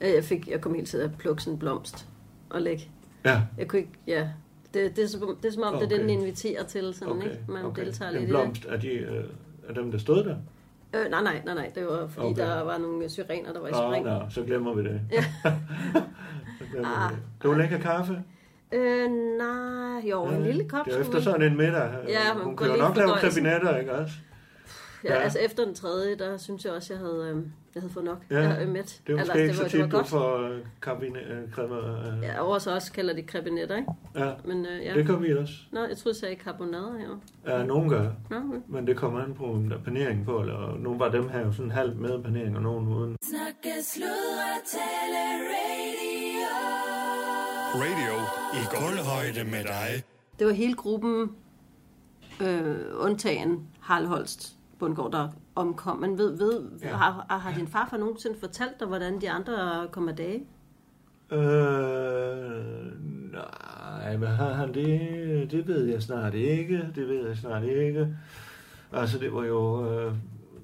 Speaker 10: Øh, Jeg, fik, jeg kom helt til at plukke sådan en blomst og lægge.
Speaker 8: Ja.
Speaker 10: Jeg kunne ikke, ja. Det, det, er, som- det er som om, det er det,
Speaker 8: Okay.
Speaker 10: den inviterer til, sådan,
Speaker 8: okay,
Speaker 10: ikke? Man
Speaker 8: okay.
Speaker 10: deltager lidt
Speaker 8: en
Speaker 10: i det.
Speaker 8: blomst af, de, øh, af dem, der stod der?
Speaker 10: Øh, nej, nej, nej, nej. Det var fordi,
Speaker 8: Okay.
Speaker 10: okay. der var nogle syrener, der var i
Speaker 8: Åh,
Speaker 10: spring.
Speaker 8: Ah, nå, så glemmer vi det.
Speaker 10: Ja.
Speaker 8: [LAUGHS] så glemmer ah, vi det. Det var lækker kaffe.
Speaker 10: Øh, nej, jo, en lille kop.
Speaker 8: Det er efter
Speaker 10: skulle vi-
Speaker 8: sådan en middag. øh,
Speaker 10: Ja, man
Speaker 8: Hun
Speaker 10: går
Speaker 8: kan jo
Speaker 10: lige
Speaker 8: nok lave
Speaker 10: fordøjelsen.
Speaker 8: kabinetter, ikke også?
Speaker 10: Ja,
Speaker 8: Ja.
Speaker 10: altså efter den tredje, der synes jeg også, jeg havde, øh, jeg havde fået nok.
Speaker 8: Ja,
Speaker 10: jeg havde mæt.
Speaker 8: det er
Speaker 10: Altså,
Speaker 8: måske ikke så
Speaker 10: var-
Speaker 8: tit,
Speaker 10: var
Speaker 8: du
Speaker 10: godt.
Speaker 8: får øh, kabine- øh, kremer. Øh.
Speaker 10: Ja, og også, også kalder det krebinetter, ikke?
Speaker 8: Ja,
Speaker 10: Men, øh, ja.
Speaker 8: det gør vi også.
Speaker 10: Nå, jeg troede, jeg sagde karbonader her.
Speaker 8: Ja, nogen gør.
Speaker 10: Nå, okay.
Speaker 8: Men det kommer an på, om der er panering på, eller nogen var dem her jo sådan halvt med panering, og nogen uden.
Speaker 4: Snakke, sludre, tale, radio.
Speaker 5: Radio i guldhøjde med dig.
Speaker 10: Det var hele gruppen, øh, undtagen Harald Holst Bundgaard, der omkom. Man ved, ved
Speaker 8: Ja.
Speaker 10: ja. har, har din farfar nogensinde fortalt dig, hvordan de andre kom af dage?
Speaker 8: Øh, nej, hvad har han det? Det ved jeg snart ikke. Det ved jeg snart ikke. Altså, det var jo... Øh,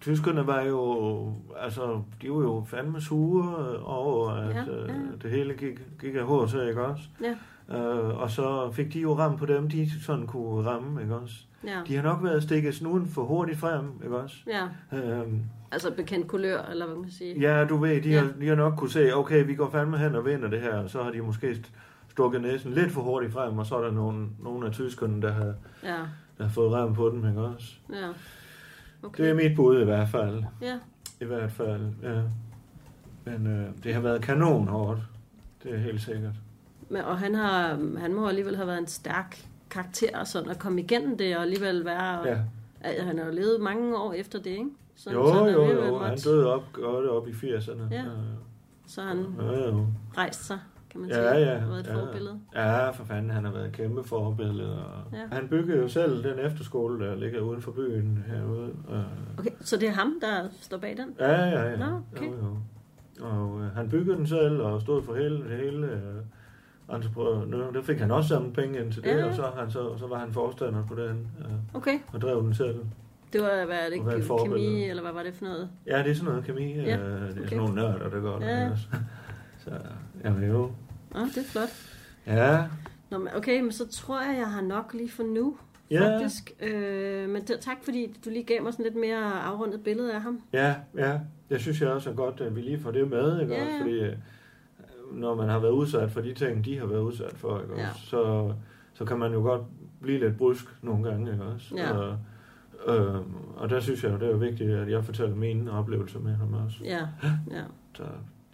Speaker 8: tyskerne var jo... Altså, de var jo fandme sure over, at
Speaker 10: Ja,
Speaker 8: øh,
Speaker 10: ja.
Speaker 8: det hele gik, gik af hos, ikke også?
Speaker 10: Ja.
Speaker 8: Øh, og så fik de jo ramt på dem, de sådan kunne ramme, ikke også?
Speaker 10: Ja.
Speaker 8: De har nok været stikket snuden for hurtigt frem, ikke også?
Speaker 10: Ja.
Speaker 8: Øhm,
Speaker 10: Altså bekendt kulør, eller hvad man kan sige.
Speaker 8: ja, du ved, de, ja.
Speaker 10: Ja.
Speaker 8: Har, de har nok kunne se, okay, vi går fandme hen og vinder det her, og så har de måske st- stukket næsen lidt for hurtigt frem, og så er der nogle, nogle af tyskerne, der har,
Speaker 10: Ja,
Speaker 8: der har fået rem på dem, ikke også?
Speaker 10: ja.
Speaker 8: Okay. Det er mit bud i hvert fald.
Speaker 10: Ja.
Speaker 8: I hvert fald, ja. Men øh, det har været kanon hårdt. Det er helt sikkert.
Speaker 10: Men, og han, har, Um, han må alligevel have været en stærk karakter og sådan, at komme igennem det og alligevel være...
Speaker 8: Ja.
Speaker 10: At, han har jo levet mange år efter det, ikke? Så,
Speaker 8: jo,
Speaker 10: så han har
Speaker 8: jo,
Speaker 10: alligevel
Speaker 8: jo.
Speaker 10: måtte-
Speaker 8: Han døde op, godt op i 80'erne.
Speaker 10: Ja. Så han
Speaker 8: Ja, jo.
Speaker 10: rejste sig, kan man sige.
Speaker 8: Ja, ja.
Speaker 10: Og været et
Speaker 8: ja.
Speaker 10: forbillede.
Speaker 8: Ja, for fanden, han har været et kæmpe forbillede. Og ja.
Speaker 10: Ja.
Speaker 8: Han byggede jo selv den efterskole, der ligger uden for byen herude. Og...
Speaker 10: Okay, så det er ham, der står bag den?
Speaker 8: Ja, ja, ja.
Speaker 10: Nå, okay.
Speaker 8: Jo, jo. Og øh, han byggede den selv og stod for hele, det hele øh, entreprenøren. Der fik han også sammen penge ind til det,
Speaker 10: Ja,
Speaker 8: ja.
Speaker 10: ja.
Speaker 8: og så, har han så, så var han forstander på den øh,
Speaker 10: Okay,
Speaker 8: og drev den selv.
Speaker 10: det var, hvad er det,
Speaker 8: Og være et
Speaker 10: ke- kemi,
Speaker 8: forbillede.
Speaker 10: eller hvad var det for noget?
Speaker 8: Ja, det er sådan noget kemi. Ja.
Speaker 10: Ja,
Speaker 8: Øh, det er sådan
Speaker 10: okay.
Speaker 8: nogle [LAUGHS] nørder, der gør det
Speaker 10: Ja.
Speaker 8: også. Så, jamen jo.
Speaker 10: Åh, det er flot.
Speaker 8: Ja,
Speaker 10: Nå, men okay, men så tror jeg, jeg har nok lige for nu.
Speaker 8: Ja.
Speaker 10: Faktisk. Øh, men t- tak, fordi du lige gav mig sådan lidt mere afrundet billede af ham.
Speaker 8: Ja, ja. Jeg synes jeg også er godt, at vi lige får det med, ikke?
Speaker 10: Ja.
Speaker 8: Ja. Fordi øh, når man har været udsat for de ting, de har været udsat for, ikke?
Speaker 10: Ja.
Speaker 8: Ja. Så, så kan man jo godt blive lidt brysk nogle gange, ikke også?
Speaker 10: Ja.
Speaker 8: Og, øh, og der synes jeg jo, det er vigtigt, at jeg fortæller mine oplevelser med ham også.
Speaker 10: Ja, ja.
Speaker 8: Så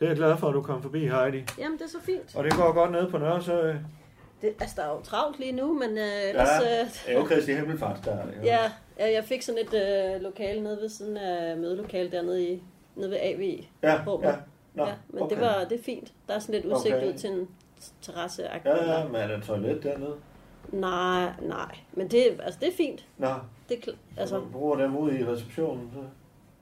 Speaker 8: det er jeg glad for, at du kom forbi, Heidi.
Speaker 10: Jamen, det er så fint.
Speaker 8: Og det går godt ned på Nørresø.
Speaker 10: Det, altså, der er jo travlt lige nu, men øh, ellers...
Speaker 8: det er jo Kristi Himmelfart, der er.
Speaker 10: Ja, ja, jeg fik sådan et øh, lokale nede ved sådan øh, mødelokale dernede i, nede ved E. AV.
Speaker 8: Ja,
Speaker 10: rummet.
Speaker 8: ja. Nå,
Speaker 10: ja men
Speaker 8: okay.
Speaker 10: det var det er fint. Der er sådan lidt udsigt
Speaker 8: Okay.
Speaker 10: ud til en terrasse.
Speaker 8: Ja, ja, men er der toilet dernede?
Speaker 10: Nej, nej. Men det, altså, det er fint.
Speaker 8: Nå,
Speaker 10: Det, er kl-
Speaker 8: altså.
Speaker 10: altså,
Speaker 8: du bruger dem ud i receptionen, så?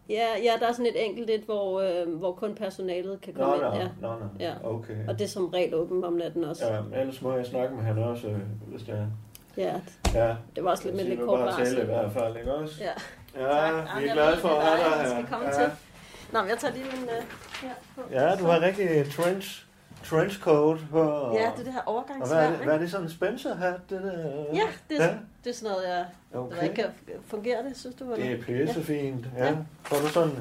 Speaker 10: ja, ja, der er sådan et enkelt et, hvor, øh, hvor kun personalet kan komme
Speaker 8: Nå,
Speaker 10: ind.
Speaker 8: nå,
Speaker 10: ja.
Speaker 8: nå, nå.
Speaker 10: Ja.
Speaker 8: Okay.
Speaker 10: Og det er som regel åbent om natten også.
Speaker 8: Ja, men ellers må jeg snakke med han også, øh, hvis det er.
Speaker 10: ja.
Speaker 8: Ja.
Speaker 10: Det var også lidt
Speaker 8: Jeg
Speaker 10: med lidt
Speaker 8: siger
Speaker 10: kort
Speaker 8: bare til
Speaker 10: varsel.
Speaker 8: i hvert fald, ikke også?
Speaker 10: Ja.
Speaker 8: Ja,
Speaker 10: Tak.
Speaker 8: vi er
Speaker 10: Jamen,
Speaker 8: glade
Speaker 10: jeg
Speaker 8: for at
Speaker 10: ved,
Speaker 8: have dig
Speaker 10: der er en, der
Speaker 8: her.
Speaker 10: skal komme
Speaker 8: Ja.
Speaker 10: til. Nå, men jeg tager lige min... Øh, her på.
Speaker 8: Ja, du har rigtig trench, trenchcoat på. Og,
Speaker 10: Ja, det
Speaker 8: og
Speaker 10: er det her
Speaker 8: hvad, er
Speaker 10: overgangsvær,
Speaker 8: det,
Speaker 10: ikke?
Speaker 8: hvad er det sådan en Spencer-hat? Det der?
Speaker 10: Ja, det er,
Speaker 8: ja.
Speaker 10: ja. det er sådan noget, jeg okay.
Speaker 8: Okay.
Speaker 10: der ikke kan fungere det, synes du?
Speaker 8: Det er pissefint, ja.
Speaker 10: Ja.
Speaker 8: ja. Får du sådan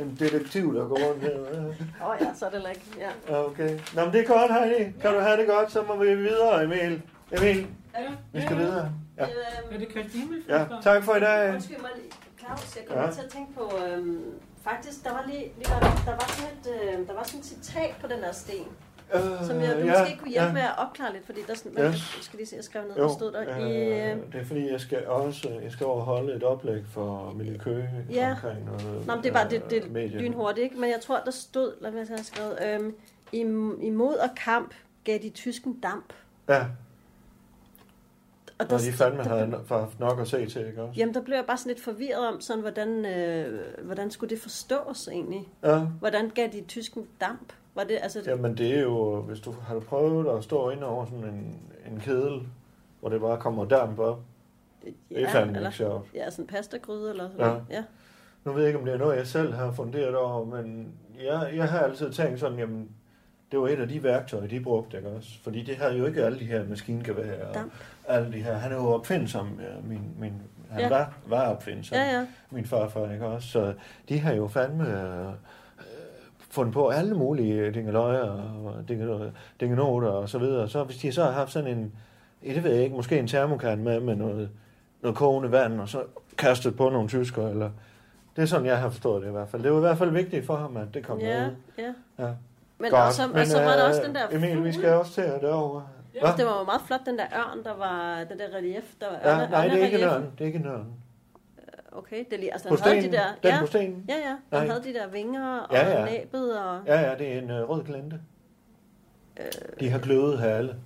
Speaker 8: en detektiv, der går rundt her?
Speaker 10: Åh oh, ja, så er det heller ikke. Ja.
Speaker 8: Ja, Okay. Nå, men det er godt, Heidi. Kan du have det godt, så må vi videre, Emil. Emil,
Speaker 10: Ja.
Speaker 8: vi skal videre. Ja.
Speaker 10: Øhm, er det Kristi
Speaker 8: Ja, tak for i dag.
Speaker 10: Undskyld mig, lige. Claus, jeg kommer ja.
Speaker 8: Ja.
Speaker 10: til at tænke på, øhm, faktisk, der var lige, lige var, der, der var sådan et, øh, der var sådan et citat på den der sten,
Speaker 8: Øh,
Speaker 10: som jeg, du
Speaker 8: ja,
Speaker 10: måske ikke kunne hjælpe
Speaker 8: ja.
Speaker 10: med at opklare lidt, fordi der er sådan, man,
Speaker 8: Ja.
Speaker 10: jeg skal lige se, jeg skrev ned, der stod der i, øh,
Speaker 8: øh, det er fordi, jeg skal også jeg skal overholde et oplæg for Mille Køge
Speaker 10: Ja.
Speaker 8: omkring noget.
Speaker 10: Nå, men det er bare det, det
Speaker 8: øh,
Speaker 10: er
Speaker 8: medie.
Speaker 10: lynhurtigt, ikke? Men jeg tror, der stod, lad mig have skrevet, øhm, "Im- i mod og kamp gav de tysken damp.
Speaker 8: Ja,
Speaker 10: Og
Speaker 8: når de fandme havde no- haft nok at se til, ikke også?
Speaker 10: Jamen, der blev jeg bare sådan lidt forvirret om, sådan, hvordan, øh, hvordan skulle det forstås egentlig?
Speaker 8: Ja.
Speaker 10: Hvordan gav de tysken damp? Var det, altså,
Speaker 8: Jamen det er jo, hvis du har du prøvet at stå ind over sådan en, en kedel, hvor det bare kommer damp op. det er fandme
Speaker 10: eller,
Speaker 8: ikke sjovt.
Speaker 10: Ja, sådan pastagryde eller sådan
Speaker 8: Ja.
Speaker 10: noget. Ja.
Speaker 8: Nu ved jeg ikke, om det er noget, jeg selv har funderet over, men jeg, jeg har altid tænkt sådan, jamen, det var et af de værktøjer, de brugte, ikke også? Fordi det havde jo ikke alle de her maskingeværer og
Speaker 10: Damp.
Speaker 8: alle de her. Han er jo opfindsom, ja, min, min, han
Speaker 10: Ja.
Speaker 8: ja. var, var opfindsom,
Speaker 10: Ja, ja.
Speaker 8: min farfar, ikke også? Så de har jo fandme øh, øh, fundet på alle mulige dingeløjer og dinge- dingenoter og så videre. Så hvis de så har haft sådan en, ja, det ved jeg ikke, måske en termokan med, med noget, noget kogende vand, og så kastet på nogle tysker, eller det er sådan, jeg har forstået det i hvert fald. Det var i hvert fald vigtigt for ham, at det kom
Speaker 10: Ja,
Speaker 8: med.
Speaker 10: ja.
Speaker 8: Ja. øh,
Speaker 10: Men også- og så var der også den der
Speaker 8: Emil, vi
Speaker 10: fugl.
Speaker 8: skal også til at derovre.
Speaker 10: Ja. Det var jo meget flot, den der ørn, der var, den der relief. Der var
Speaker 8: Ja, nej, det er ikke
Speaker 10: ørnerelief.
Speaker 8: nøren. Det er ikke nøren.
Speaker 10: Okay, det er lige, altså
Speaker 8: På
Speaker 10: han havde de
Speaker 8: stenen?
Speaker 10: der,
Speaker 8: Den
Speaker 10: ja,
Speaker 8: på stenen?
Speaker 10: ja, ja,
Speaker 8: Nej.
Speaker 10: han havde de der vinger og
Speaker 8: Ja, ja.
Speaker 10: næbet og,
Speaker 8: Ja, ja, det er en øh, rød glente.
Speaker 10: Øh.
Speaker 8: De har glødet hale.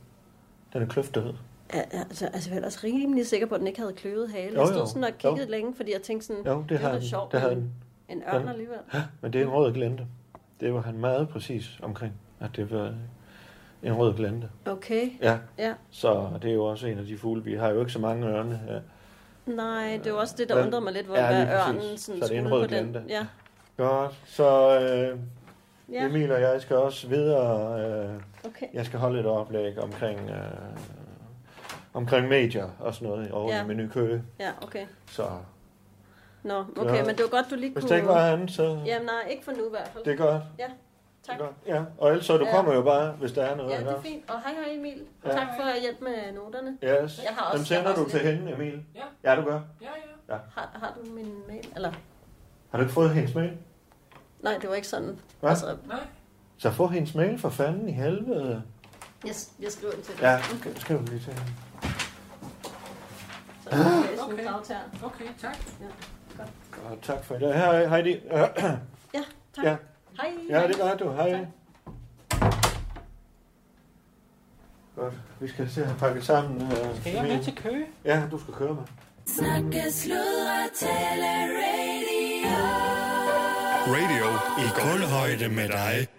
Speaker 8: Den er kløftet.
Speaker 10: ja, ja, altså, altså jeg var ellers rimelig sikker på, at den ikke havde kløvet hale.
Speaker 8: Jo,
Speaker 10: Jeg stod
Speaker 8: jo,
Speaker 10: sådan og
Speaker 8: jo.
Speaker 10: kiggede længe, fordi jeg tænkte sådan,
Speaker 8: Jo, det,
Speaker 10: det
Speaker 8: har
Speaker 10: var da
Speaker 8: han.
Speaker 10: sjovt,
Speaker 8: det har
Speaker 10: men
Speaker 8: han.
Speaker 10: en ørn
Speaker 8: Ja.
Speaker 10: alligevel.
Speaker 8: Men det er en rød glente. Det var han meget præcis omkring, at det var en rød glente.
Speaker 10: Okay,
Speaker 8: Ja.
Speaker 10: ja.
Speaker 8: Så det er jo også en af de fugle. Vi har jo ikke så mange ørne øh, her.
Speaker 10: Nej, det var også det, der
Speaker 8: Hvem-
Speaker 10: undrede mig lidt, hvor
Speaker 8: Ja,
Speaker 10: ja,
Speaker 8: lige præcis.
Speaker 10: ørnen sådan
Speaker 8: Så er det en
Speaker 10: skulle
Speaker 8: rød
Speaker 10: på den.
Speaker 8: glente.
Speaker 10: Ja,
Speaker 8: Godt. Så øh,
Speaker 10: Ja.
Speaker 8: ja. Emil og jeg skal også videre. Øh,
Speaker 10: Okay.
Speaker 8: Jeg skal holde et oplæg omkring, øh, omkring medier og sådan noget over
Speaker 10: Ja.
Speaker 8: ja. i menukøge.
Speaker 10: ja, okay.
Speaker 8: Så
Speaker 10: Nå, okay,
Speaker 8: Ja.
Speaker 10: men det var godt, du lige
Speaker 8: Hvis
Speaker 10: kunne...
Speaker 8: der ikke var andet, så-
Speaker 10: Jamen nej, ikke for nu i hvert fald.
Speaker 8: Det er godt.
Speaker 10: Ja, tak.
Speaker 8: ja, og ellers så du
Speaker 10: Ja.
Speaker 8: kommer jo bare, hvis der er noget.
Speaker 10: Ja,
Speaker 8: at
Speaker 10: det er
Speaker 8: gøre.
Speaker 10: fint. Og hej, hej Emil.
Speaker 8: Ja.
Speaker 10: Tak for at hjælpe med noterne.
Speaker 8: Yes. Dem sender du til hende, Emil? Ja, du gør.
Speaker 10: Ja,
Speaker 8: ja. Ja.
Speaker 10: Har, har du min mail? Eller,
Speaker 8: Har du ikke fået hendes mail?
Speaker 10: nej, det var ikke sådan. Altså,
Speaker 8: Hvad?
Speaker 10: nej.
Speaker 8: Så få hendes mail for fanden i helvede.
Speaker 10: Jeg, jeg skriver den til dig.
Speaker 8: Ja, skriv den lige til hende.
Speaker 10: Så jeg
Speaker 8: Ah.
Speaker 10: læser okay. Okay, tak. Ja, godt.
Speaker 8: Og tak for i dag. Hej, [CLEARS THROAT] Heidi.
Speaker 10: Ja, tak.
Speaker 8: Ja.
Speaker 10: Hej.
Speaker 8: Ja, det gør du. Hej. Godt. Vi skal se at have pakket sammen. øh,
Speaker 4: Skal jeg med
Speaker 8: familien.
Speaker 4: til Køge?
Speaker 8: Ja, du skal køre med.
Speaker 4: Snakke, sludre, tale, radio.
Speaker 5: Radio i guldhøjde med dig.